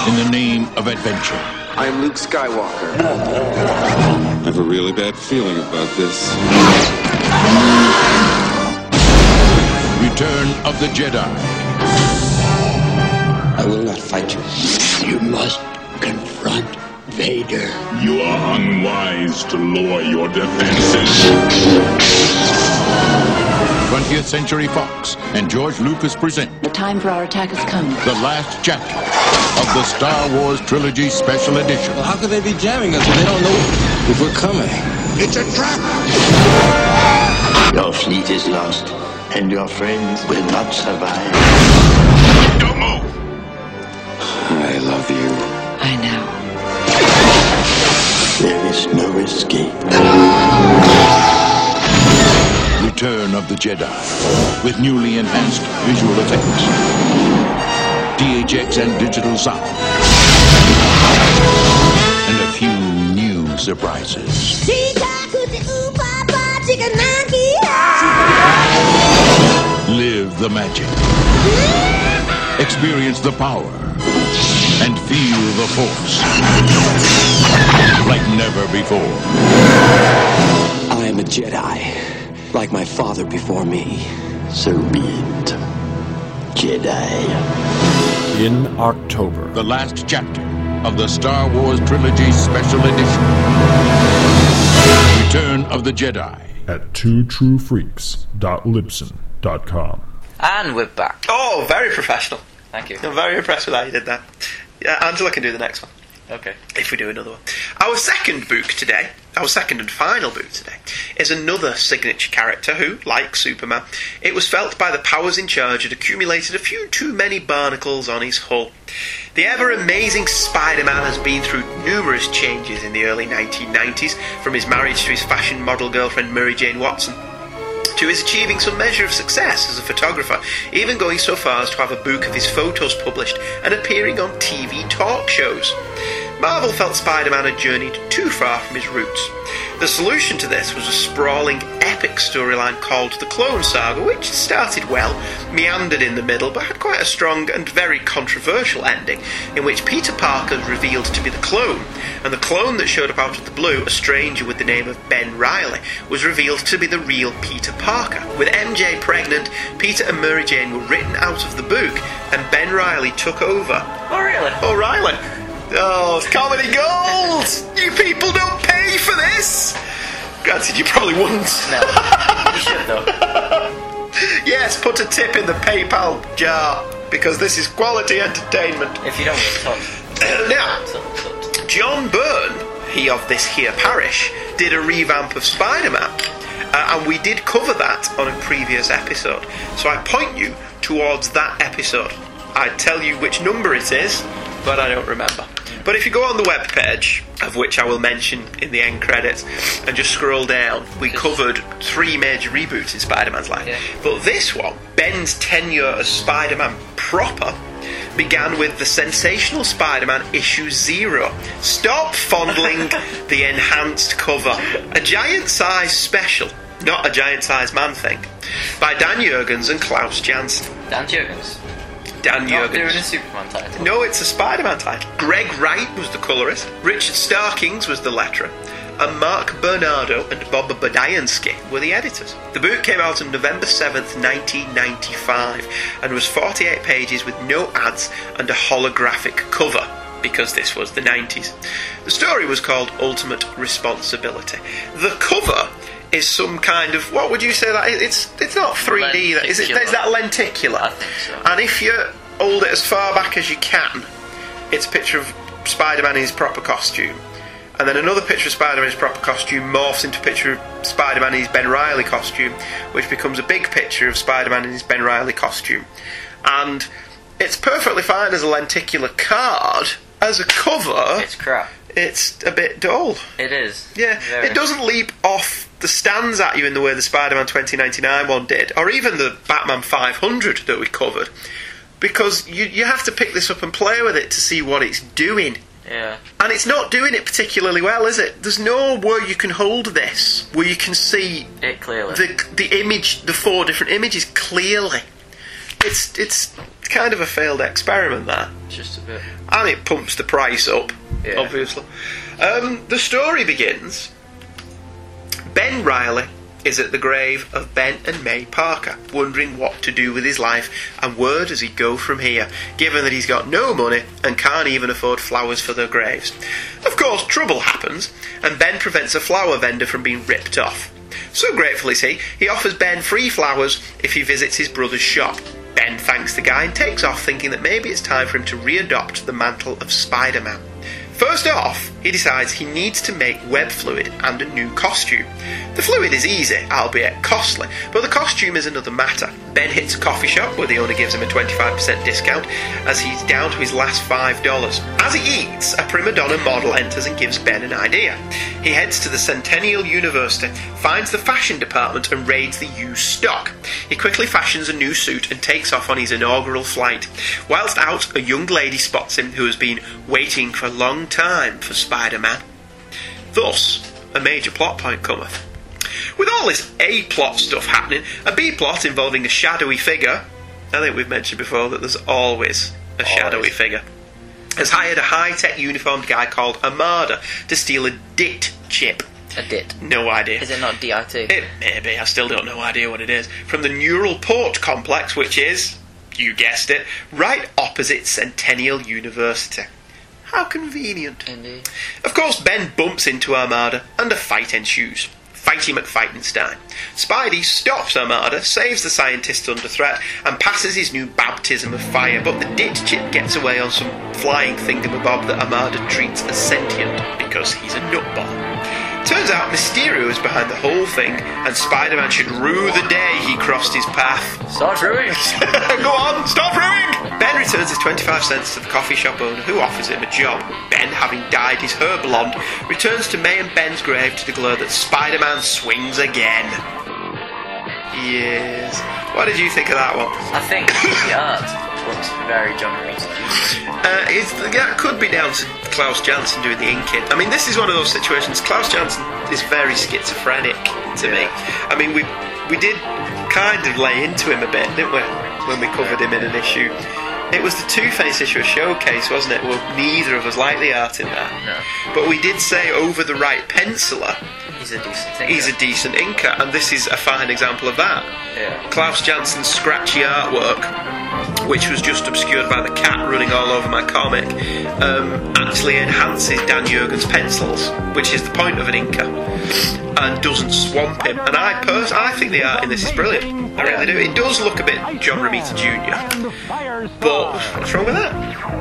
In the name of adventure. I am Luke Skywalker. I have a really bad feeling about this. Return of the Jedi. I will not fight you. You must confront Vader. You are unwise to lower your defenses. Frontier Century Fox and George Lucas present The time for our attack has come. the last chapter of the Star Wars Trilogy Special Edition. How could they be jamming us if they don't know if we're coming? It's a trap! Your fleet is lost, and your friends will not survive. I love you. I know. There is no escape. Return of the Jedi with newly enhanced visual effects, DHX and digital sound, and a few new surprises. Live the magic, experience the power, and feel the force like never before. I am a Jedi, like my father before me. So be it, Jedi. In October, the last chapter of the Star Wars Trilogy Special Edition. Return of the Jedi. at twotruefreaks.libsen.com. And we're back. Oh, very professional. Thank you. I'm very impressed with how you did that. Yeah, Angela can do the next one. Okay. If we do another one. Our second book today, our second and final book today, is another signature character who, like Superman, it was felt by the powers in charge had accumulated a few too many barnacles on his hull. The ever amazing Spider Man has been through numerous changes in the early 1990s, from his marriage to his fashion model girlfriend Mary Jane Watson to his achieving some measure of success as a photographer, even going so far as to have a book of his photos published and appearing on TV talk shows. Marvel felt Spider Man had journeyed too far from his roots. The solution to this was a sprawling, epic storyline called The Clone Saga, which started well, meandered in the middle, but had quite a strong and very controversial ending, in which Peter Parker is revealed to be the clone, and the clone that showed up out of the blue, a stranger with the name of Ben Riley, was revealed to be the real Peter Parker. With MJ pregnant, Peter and Mary Jane were written out of the book, and Ben Riley took over. Oh, really? Oh, Riley. Oh, it's comedy gold! you people don't pay for this! Granted, you probably wouldn't. No. You should, though. yes, put a tip in the PayPal jar, because this is quality entertainment. If you don't get touched. now, John Byrne, he of this here parish, did a revamp of Spider Man. and we did cover that on a previous episode. So I point you towards that episode. I tell you which number it is, but I don't remember. But if you go on the web page, of which I will mention in the end credits, and just scroll down, we covered three major reboots in Spider Man's life. But this one, Ben's tenure as Spider Man proper, began with the sensational Spider Man issue zero. Stop fondling the enhanced cover. A giant size special, not a giant size man thing, by Dan Jurgens and Klaus Janssen. Dan Jurgens. Dan Not doing a Jurgens. Superman title. No, it's a Spider Man title. Greg Wright was the colourist, Richard Starkings was the letterer, and Mark Bernardo and Bob Bodiansky were the editors. The book came out on November 7th, 1995, and was 48 pages with no ads and a holographic cover. Because this was the 90s. The story was called Ultimate Responsibility. The cover is some kind of what would you say that is? It's it's not 3D. That, is it? Is that lenticular? And if you hold it as far back as you can, it's a picture of Spider-Man in his proper costume, and then another picture of Spider-Man in his proper costume morphs into a picture of Spider-Man in his Ben Riley costume, which becomes a big picture of Spider-Man in his Ben Riley costume, and it's perfectly fine as a lenticular card. As a cover, it's crap. It's a bit dull. It is. Yeah, Very. it doesn't leap off the stands at you in the way the Spider-Man 2099 one did, or even the Batman 500 that we covered, because you you have to pick this up and play with it to see what it's doing. Yeah. And it's not doing it particularly well, is it? There's no where you can hold this, where you can see It clearly. the the image, the four different images clearly. It's it's kind of a failed experiment that Just a bit. and it pumps the price up, Yeah. obviously. Um, the story begins. Ben Riley is at the grave of Ben and May Parker, wondering what to do with his life and where does he go from here, given that he's got no money and can't even afford flowers for their graves. Of course, trouble happens, and Ben prevents a flower vendor from being ripped off. So grateful is he, he offers Ben free flowers if he visits his brother's shop. Ben thanks the guy and takes off, thinking that maybe it's time for him to readopt the mantle of Spider Man. First off, he decides he needs to make web fluid and a new costume. The fluid is easy, albeit costly, but the costume is another matter. Ben hits a coffee shop where the owner gives him a 25% discount as he's down to his last $5. As he eats, a prima donna model enters and gives Ben an idea. He heads to the Centennial University, finds the fashion department, and raids the used stock. He quickly fashions a new suit and takes off on his inaugural flight. Whilst out, a young lady spots him who has been waiting for a long time for Spider Man. Thus, a major plot point cometh. With all this A plot stuff happening, a B plot involving a shadowy figure, I think we've mentioned before that there's always a shadowy figure, has hired a high tech uniformed guy called Amada to steal a DIT chip. A DIT? No idea. Is it not DIT? It may be, I still don't know idea what it is. From the Neural Port Complex, which is, you guessed it, right opposite Centennial University. How convenient. Indeed. Of course, Ben bumps into Armada, and a fight ensues. Fighty McFightenstein. Spidey stops Armada, saves the scientist under threat, and passes his new baptism of fire, but the dit chip gets away on some flying thingamabob that Armada treats as sentient, because he's a nutball. Turns out Mysterio is behind the whole thing, and Spider Man should rue the day he crossed his path. Start ruining! Go on, stop ruining! Ben returns his 25 cents to the coffee shop owner who offers him a job. Ben, having dyed his hair blonde, returns to May and Ben's grave to declare that Spider Man swings again. Yes. What did you think of that one? I think the art looks very John Green. Uh, it's, that could be down to Klaus Janssen doing the inking. I mean, this is one of those situations. Klaus Janssen is very schizophrenic to me. I mean, we we did kind of lay into him a bit, didn't we, when we covered him in an issue? It was the Two Face issue of Showcase, wasn't it? Well, neither of us like the art in that. No. But we did say over the right penciler, He's a decent thing. he's a decent inker, and this is a fine example of that. Yeah. Klaus Janssen's scratchy artwork, which was just obscured by the cat running all over my comic, um, actually enhances Dan Jurgen's pencils, which is the point of an inker, and doesn't swamp him. And I pers- I think the art in this is brilliant. I really do. It does look a bit John Romita Jr. But what's wrong with that?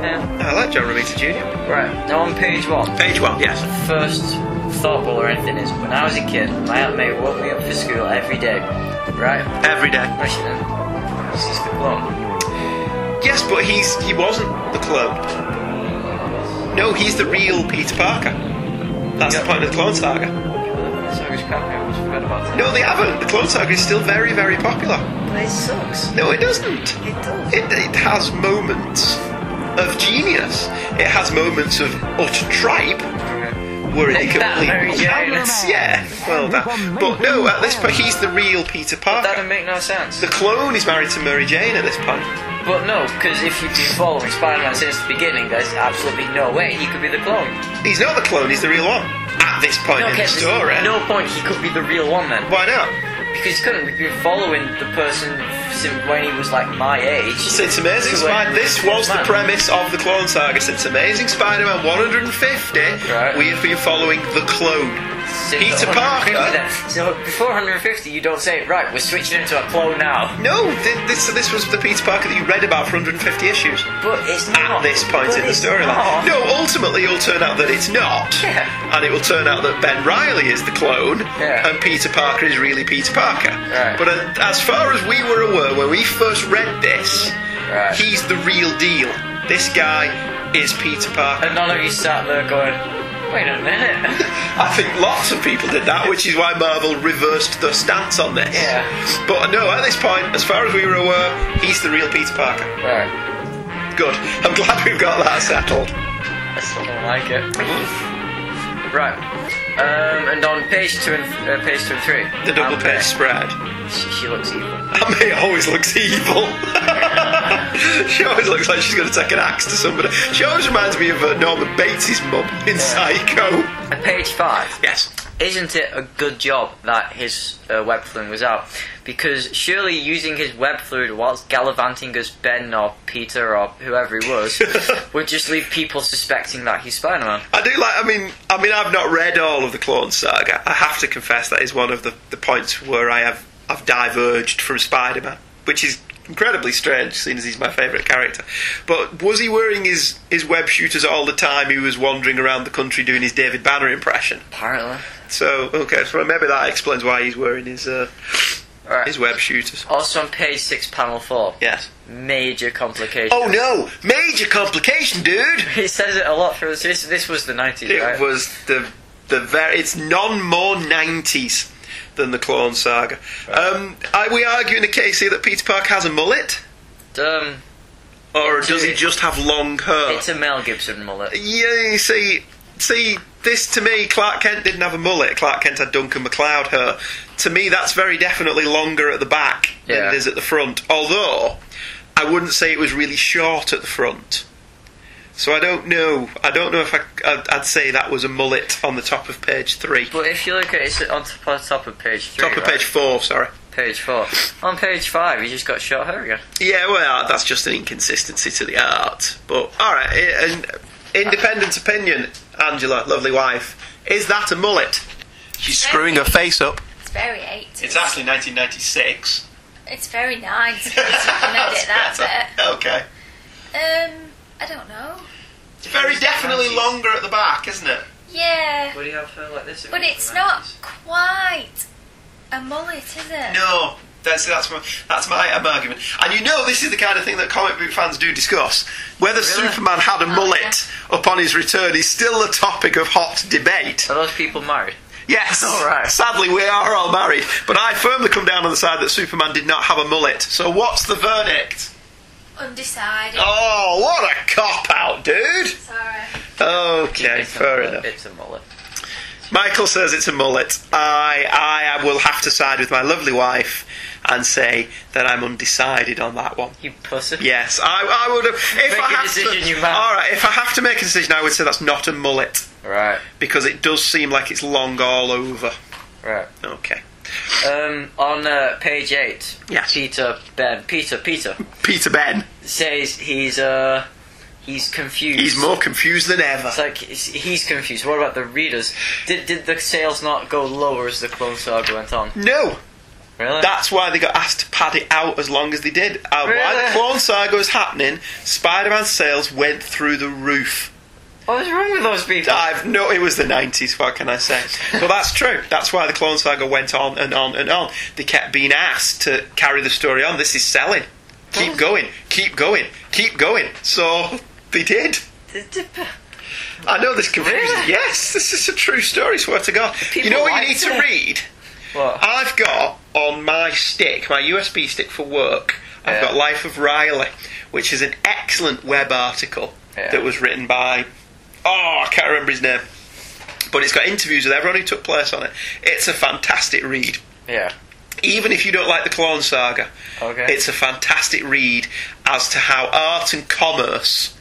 Yeah. I like John Romita Jr. Right, now on page one. Page one, yes. first thought ball or anything is when I was a kid, my aunt May woke me up for school every day, right? Every day. No, she didn't. She's the clone. Yes, but he's he wasn't the clone. No, he's the real Peter Parker. That's the point of the Clone Saga. So which crap I always forgot about. No, they haven't. The Clone Saga is still very, very popular. But it sucks. No, it doesn't. It does. It, it has moments of genius. It has moments of utter tripe. Were it Like that, complete Mary Jane. Yeah, well done. But no, at this point, he's the real Peter That would Parker. make no sense. The clone is married to Mary Jane at this point. But no, because if you've been following Spider-Man since the beginning, there's absolutely no way he could be the clone. He's not the clone, he's the real one. At this point no, in the okay, there's story. no point he could be the real one then. Why not? Because he couldn't. We've been following the person since when he was like my age. Since Amazing to when Spider, he this a was the man. premise of the Clone Saga. Since Amazing Spider-Man 150, Right. we have been following the clone. Since Peter 150 Parker. then. So before 150, you don't say, right, we're switching him to a clone now. No, thi- this this was the Peter Parker that you read about for 150 issues. But it's At not. this point But in the it's storyline, not. no. Ultimately, it'll turn out that it's not, Oh. Yeah. and it will turn out that Ben Riley is the clone, Yeah. and Peter Parker is really Peter Parker. Right. But uh, as far as we were aware when we first read this, Right. he's the real deal. This guy is Peter Parker. And none of you sat there going, wait a minute. I think lots of people did that, which is why Marvel reversed their stance on this. Yeah. But no, at this point, as far as we were aware, he's the real Peter Parker. right. Good. I'm glad we've got that settled. I still don't like it. Right. Um, and on page two and uh, page two and three. The double Aunt page May, spread. She, she looks evil. That mate always looks evil. she always looks like she's going to take an axe to somebody. She always reminds me of uh, Norman Bates' mum in Psycho. At page five. Yes. Isn't it a good job that his uh, web fluid was out? Because surely using his web fluid whilst gallivanting as Ben or Peter or whoever he was would just leave people suspecting that he's Spider Man. I do like. I mean, I mean, I've not read all of the Clone Saga. I have to confess that is one of the, the points where I have I've diverged from Spider Man, which is incredibly strange, seeing as he's my favourite character. But was he wearing his his web shooters all the time? He was wandering around the country doing his David Banner impression. Apparently. So okay, so maybe that explains why he's wearing his uh, his web shooters. Also on page six, panel four. Yes. Major complication. Oh no! Major complication, dude. It says it a lot for us. This this was the nineties, It right? was the the very. It's none more nineties than the Clone Saga. Um, are we arguing the case here that Peter Park has a mullet, Um, or does he just have long hair? it's a Mel Gibson mullet. Yeah, you see, see, this to me, Clark Kent didn't have a mullet. Clark Kent had Duncan MacLeod hair. To me, that's very definitely longer at the back than Yeah. it is at the front. Although, I wouldn't say it was really short at the front. So I don't know. I don't know if I, I'd, I'd say that was a mullet on the top of page three, But if you look at it, it's on top on top of page three. top of right? page four. Sorry. Page four. On page five, he just got shot hair again. Yeah, well, that's just an inconsistency to the art. But all right, i- an independent opinion, Angela, lovely wife. Is that a mullet? She's screwing her face up. It's very 80s. It's actually 1996. It's very nice. It's can edit that Okay. bit. Um, I don't know. It's very definitely longer at the back, isn't it? Yeah, Would he have hair like this? if but it was it's the not 90s? quite a mullet, is it? No. That's that's my that's my um, argument, and you know this is the kind of thing that comic book fans do discuss. Whether Superman had a mullet upon his return is still a topic of hot debate. Are those people married? Yes. All right. Sadly, we are all married, but I firmly come down on the side that Superman did not have a mullet. So what's the verdict? Undecided. Oh, what a cop out, dude! Sorry. Okay, It's a fair mullet. enough. It's a mullet. Michael says it's a mullet. I, I will have to side with my lovely wife and say that I'm undecided on that one. You pussy. Yes, I, I would have. If Make I a have decision, to, you man. All right, if I have to make a decision, I would say that's not a mullet Right. because it does seem like it's long all over. Right. Okay. Um, on uh, page eight, Peter Ben Peter Peter Peter Ben. says he's uh he's confused. He's more confused than ever. It's like it's- he's confused. What about the readers? Did did the sales not go lower as the Clone Saga went on? No, Really? That's why they got asked to pad it out as long as they did. And while the Really? Clone Saga was happening, Spider Man sales went through the roof. what was wrong with those people? I've no, it was the 90s, what can I say? But that's true. That's why the Clone Saga went on and on and on. They kept being asked to carry the story on. This is selling. Keep going, keep going, keep going. So they did. I know this confuses. Really? Yes, this is a true story, swear to God. you know what you liked need to it. read? What? I've got on my stick, my USB stick for work, I've Yeah. got Life of Riley, which is an excellent web article Yeah. that was written by. Oh, I can't remember his name. But it's got interviews with everyone who took place on it. It's a fantastic read. Yeah. Even if you don't like the Clone Saga, Okay. it's a fantastic read as to how art and commerce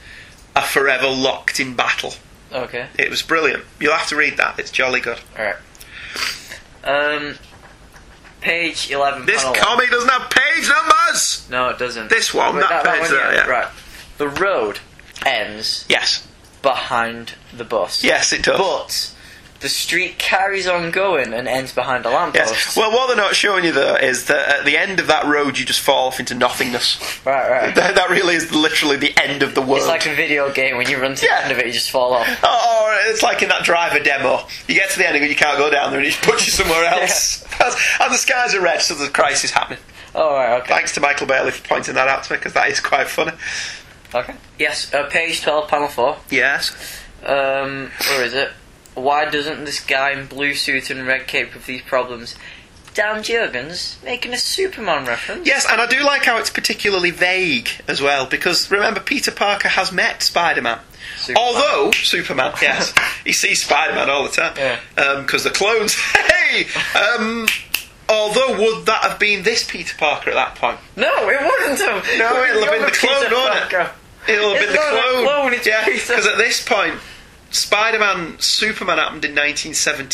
are forever locked in battle. okay. It was brilliant. You'll have to read that. It's jolly good. All right. Um, page eleven. This panel comic doesn't have page numbers. No, it doesn't. This one, Wait, that page there, yeah. Right. The road ends Yes. behind the bus. Yes, it does. But the street carries on going and ends behind a lamppost. Yes. Well, what they're not showing you though is that at the end of that road, you just fall off into nothingness. Right, right. That, that really is literally the end of the world. It's like a video game when you run to the end of it, you just fall off. Oh, or it's like in that driver demo. You get to the end and you can't go down there, and it just puts you somewhere else. That's- And the skies are red, so the crisis happening. Oh, right, okay. Thanks to Michael Bailey for pointing that out to me because that is quite funny. Okay. Yes, uh, page 12, panel 4. Yes. Um, where is it? Why doesn't this guy in blue suit and red cape with these problems, Dan Jurgens, making a Superman reference? Yes, and I do like how it's particularly vague as well because remember, Peter Parker has met Spider Man. Superman. Although Superman, yes, he sees Spider Man all the time Yeah. because the clones. Hey, um, Although, would that have been this Peter Parker at that point? No, it wouldn't have. No, it'll have been the clone, wouldn't it? It'll have It's been the not a clone. clone, it's yeah, Peter. because at this point, Spider-Man, Superman happened in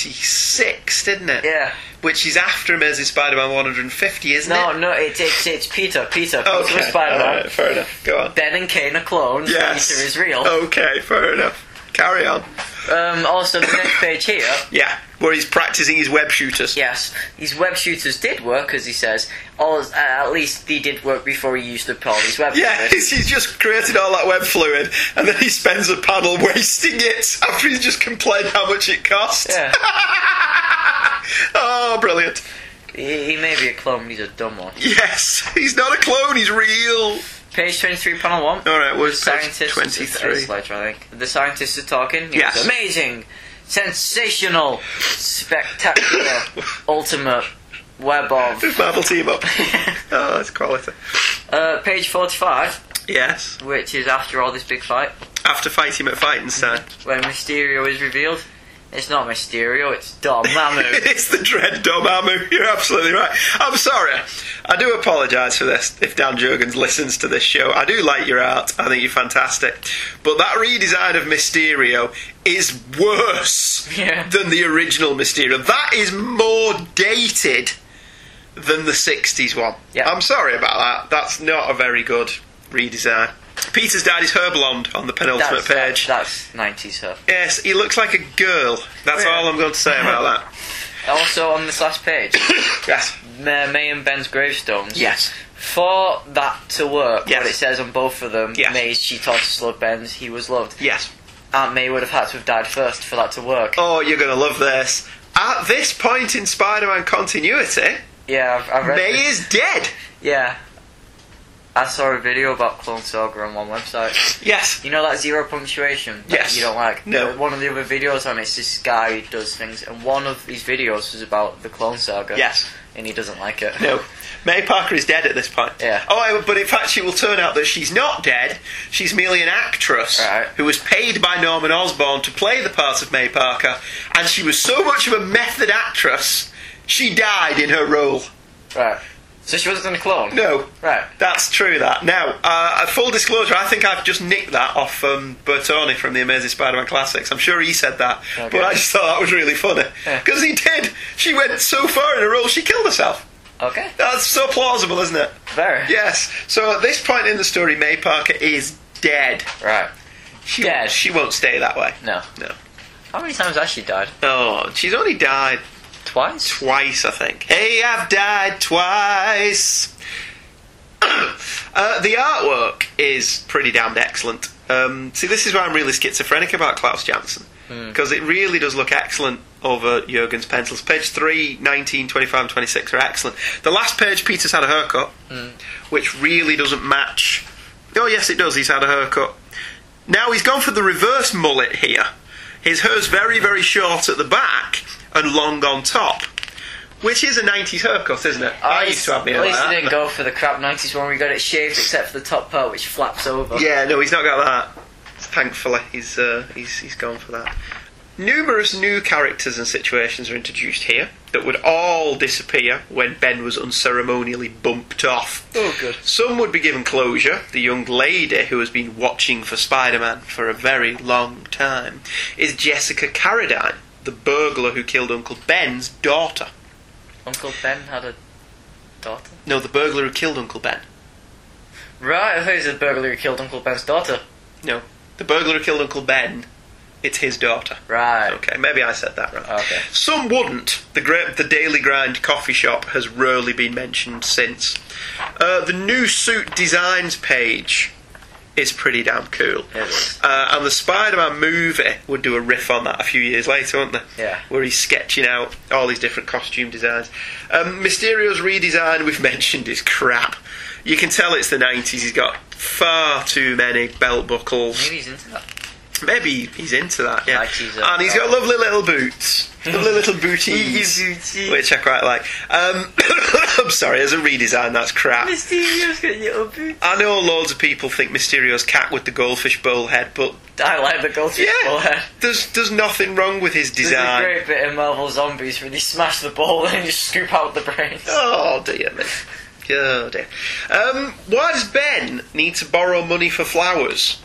1976, didn't it? Yeah. Which is after Amazing Spider-Man 150, isn't No, it? no, it's it's it's Peter, Peter, Peter Okay. was Spider-Man. Alright, fair enough. Go on. Ben and Kane are clones. Yes. Oh. Peter is real. Okay, fair enough. Carry on. Um, also, the next page here. Yeah, where he's practicing his web shooters. Yes, his web shooters did work, as he says. Or uh, at least they did work before he used the Polly's web. Yeah, shooters. he's, he's just created all that web fluid, and then he spends a paddle wasting it after he's just complained how much it cost. Yeah. oh, brilliant. He, he may be a clone, but he's a dumb one. Yes, he's not a clone, he's real. Page 23, panel 1. Alright, the where's page scientists, 23? it's later, I think. The scientists are talking. It's Yes. amazing, sensational, spectacular, ultimate web of. Marvel team up. oh, that's quality. Uh, page 45, Yes. which is after all this big fight, After fighting him at Fighting Time. when Mysterio is revealed. It's not Mysterio, it's Dom Mamu. it's the dread Dormammu. You're absolutely right. I'm sorry. I do apologise for this. If Dan Jurgens listens to this show, I do like your art. I think you're fantastic. But that redesign of Mysterio is worse Yeah. than the original Mysterio. That is more dated than the '60s one. Yeah. I'm sorry about that. That's not a very good redesign. Peter's dyed his hair blonde on the penultimate page. That's- That's 90s stuff. Yes, he looks like a girl. That's Yeah. all I'm going to say about that. Also, on this last page, Yes. Ma- May and Ben's gravestones. Yes. For that to work, Yes. what it says on both of them, Yes. May's she taught us to love Ben's, he was loved. Yes. Aunt May would have had to have died first for that to work. Oh, you're going to love this. At this point in Spider Man continuity, Yeah, I've, I've read May this. is dead. Yeah. I saw a video about Clone Saga on one website. Yes. You know that zero punctuation that Yes. you don't like? No. One of the other videos on it's this guy who does things, and one of these videos was about the Clone Saga. Yes. And he doesn't like it. No. May Parker is dead at this point. Yeah. Oh, but in fact, she will turn out that she's not dead. She's merely an actress Right. who was paid by Norman Osborn to play the part of May Parker, and she was so much of a method actress, she died in her role. Right. So she wasn't a clone? No. Right. That's true. That now, uh, full disclosure, I think I've just nicked that off um, Bertoni from the Amazing Spider-Man classics. I'm sure he said that, Okay. but I just thought that was really funny Yeah. because he did. She went so far in a role, she killed herself. Okay. That's so plausible, isn't it? There. Yes. So at this point in the story, May Parker is dead. Right. She Dead. She won't stay that way. No. No. How many times has she died? Oh, she's only died Twice? twice, I think. Hey, I've died twice. uh, the artwork is pretty damned excellent. Um, see, this is why I'm really schizophrenic about Klaus Janssen because it really does look excellent over Jurgen's pencils. Page 3, 19, 25, and 26 are excellent. The last page, Peter's had a haircut, which really doesn't match. Oh, yes, it does. He's had a haircut. Now he's gone for the reverse mullet here. His hair's very, very short at the back and long on top, which is a 90s haircut, isn't it? I used to have me At like least that. I didn't go for the crap 90s one where we got it shaved except for the top part which flaps over. Yeah, no, he's not got that. Thankfully, he's uh, he's he's gone for that. Numerous new characters and situations are introduced here that would all disappear when Ben was unceremonially bumped off. Oh, good. Some would be given closure. The young lady who has been watching for Spider Man for a very long time is Jessica Carradine, the burglar who killed Uncle Ben's daughter. Uncle Ben had a daughter. No, the burglar who killed Uncle Ben. Right, I thought it was the burglar who killed Uncle Ben's daughter. No, the burglar who killed Uncle Ben. It's his daughter. Right. Okay, maybe I said that right. Okay. Some wouldn't. The gra- the Daily Grind coffee shop has rarely been mentioned since. Uh, the new suit designs page is pretty damn cool. It is. Uh, and the Spider-Man movie would do a riff on that a few years later, wouldn't they? Yeah. Where he's sketching out all these different costume designs. Um, Mysterio's redesign we've mentioned is crap. You can tell it's the 90s. He's got far too many belt buckles. Maybe he's into that. Maybe he's into that, yeah. and he's got lovely little boots, lovely little booties, which I quite like. Um, I'm sorry, as a redesign, that's crap. Mysterio's got little boots. I know loads of people think Mysterio's cat with the goldfish bowl head, but I like the goldfish yeah, bowl head. There's there's nothing wrong with his There's a design. great bit in Marvel Zombies where they smash the ball and you scoop out the brains. Oh dear me. Oh dear. Um, why does Ben need to borrow money for flowers?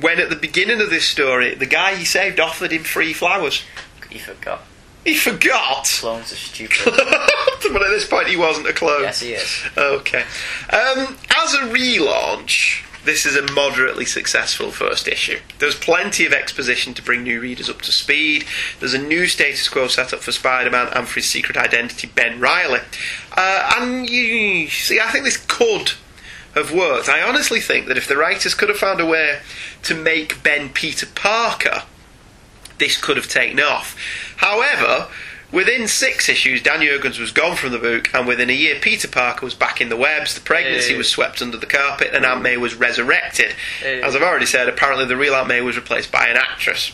When at the beginning of this story, the guy he saved offered him free flowers. He forgot. He forgot. Clones are stupid. but at this point, he wasn't a clone. Yes, he is. Okay. Um, as a relaunch, this is a moderately successful first issue. There's plenty of exposition to bring new readers up to speed. There's a new status quo set up for Spider Man and for his secret identity, Ben Riley. Uh, and you see, I think this could have worked. I honestly think that if the writers could have found a way to make Ben Peter Parker, this could have taken off. However, within six issues, Dan Jurgens was gone from the book, and within a year, Peter Parker was back in the webs, the pregnancy Hey. was swept under the carpet, and Aunt May was resurrected. Hey. As I've already said, apparently the real Aunt May was replaced by an actress.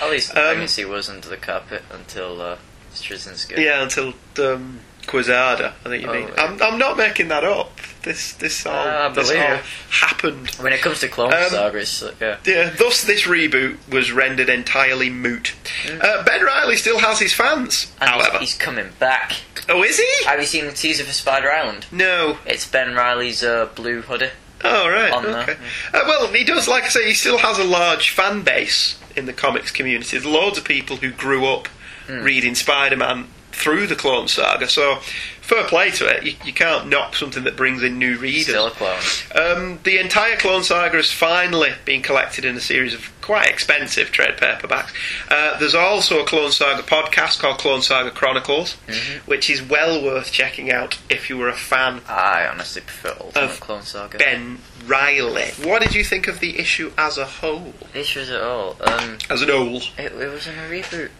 At least the Um, pregnancy was under the carpet until uh, Straczynski. Yeah, until um, Quasada, I think you Oh, mean. yeah. I'm, I'm not making that up. This this all, Ah, I this believe all you. happened. When it comes to Clone Um, Saga, it's like, yeah. Yeah, thus this reboot was rendered entirely moot. Uh, ben Riley still has his fans, And however. he's coming back. Oh, is he? Have you seen the teaser for Spider Island? No. It's Ben Riley's uh, blue hoodie. Oh, right. On okay. there. Uh, well, he does, like I say, he still has a large fan base in the comics community. There's loads of people who grew up Hmm. reading Spider Man through the Clone Saga, so fair play to it. You, you can't knock something that brings in new readers. Still a clone. Um, the entire Clone Saga has finally been collected in a series of quite expensive trade paperbacks. Uh, there's also a Clone Saga podcast called Clone Saga Chronicles, Mm-hmm. which is well worth checking out if you were a fan I honestly prefer Ultimate Of Clone Saga. Ben Riley. What did you think of the issue as a whole? Issues at all. Um, As an whole? it, it was in a reboot.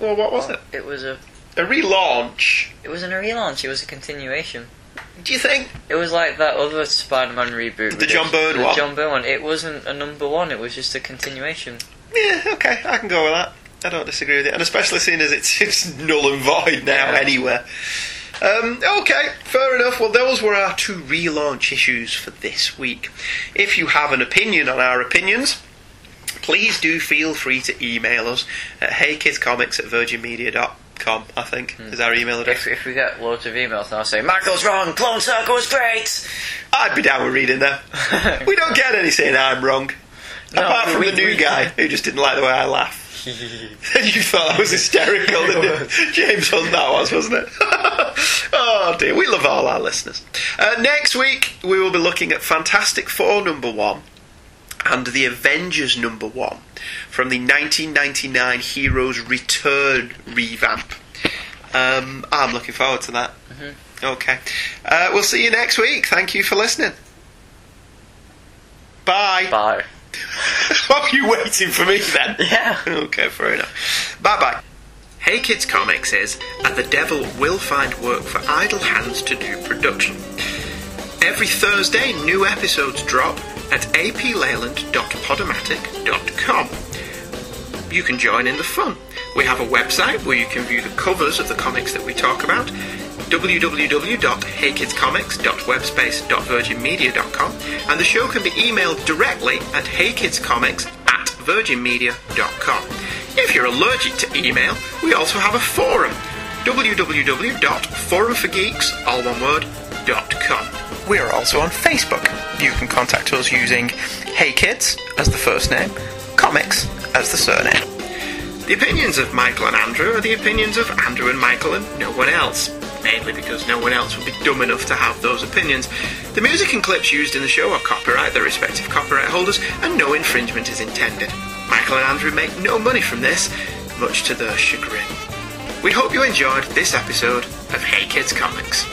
Well, what was it? It was a. A relaunch. It wasn't a relaunch. It was a continuation. Do you think? It was like that other Spider-Man reboot. The John Byrne the one? John Byrne one. It wasn't a number one. It was just a continuation. Yeah, okay, I can go with that. I don't disagree with it, and especially seeing as it's, it's null and void now Yeah. anywhere. Um, okay, fair enough. Well, those were our two relaunch issues for this week. If you have an opinion on our opinions, please do feel free to email us at heykidscomics at virginmedia.com, I think, is our email address. If, if we get loads of emails, I'll say Michael's wrong. Clone Saga was great. I'd be down with reading them. we don't get any saying I'm wrong. No, Apart from we- the new we- guy who just didn't like the way I laugh. And you thought I was hysterical, didn't you? James Hunt, that was, wasn't it? oh dear, we love all our listeners. Uh, next week, we will be looking at Fantastic Four number one and The Avengers number one from the 1999 Heroes Return revamp. Um, I'm looking forward to that. Okay. Uh, we'll see you next week. Thank you for listening. Bye. Bye. Are you waiting for me then? Yeah. Okay, fair enough. Bye bye. Hey Kids Comics is, and the devil will find work for idle hands to do production. Every Thursday, new episodes drop at aplayland.podomatic.com you can join in the fun. We have a website where you can view the covers of the comics that we talk about www.heykidscomics.webspace.virginmedia.com and the show can be emailed directly at heykidscomics at virginmedia.com. If you're allergic to email, we also have a forum www.forumforgeeks, all one word, dot com. We are also on Facebook. You can contact us using Hey Kids as the first name, Comics as the surname. The opinions of Michael and Andrew are the opinions of Andrew and Michael and no one else, mainly because no one else would be dumb enough to have those opinions. The music and clips used in the show are copyright their respective copyright holders, and no infringement is intended. Michael and Andrew make no money from this, much to their chagrin. We hope you enjoyed this episode of Hey Kids Comics.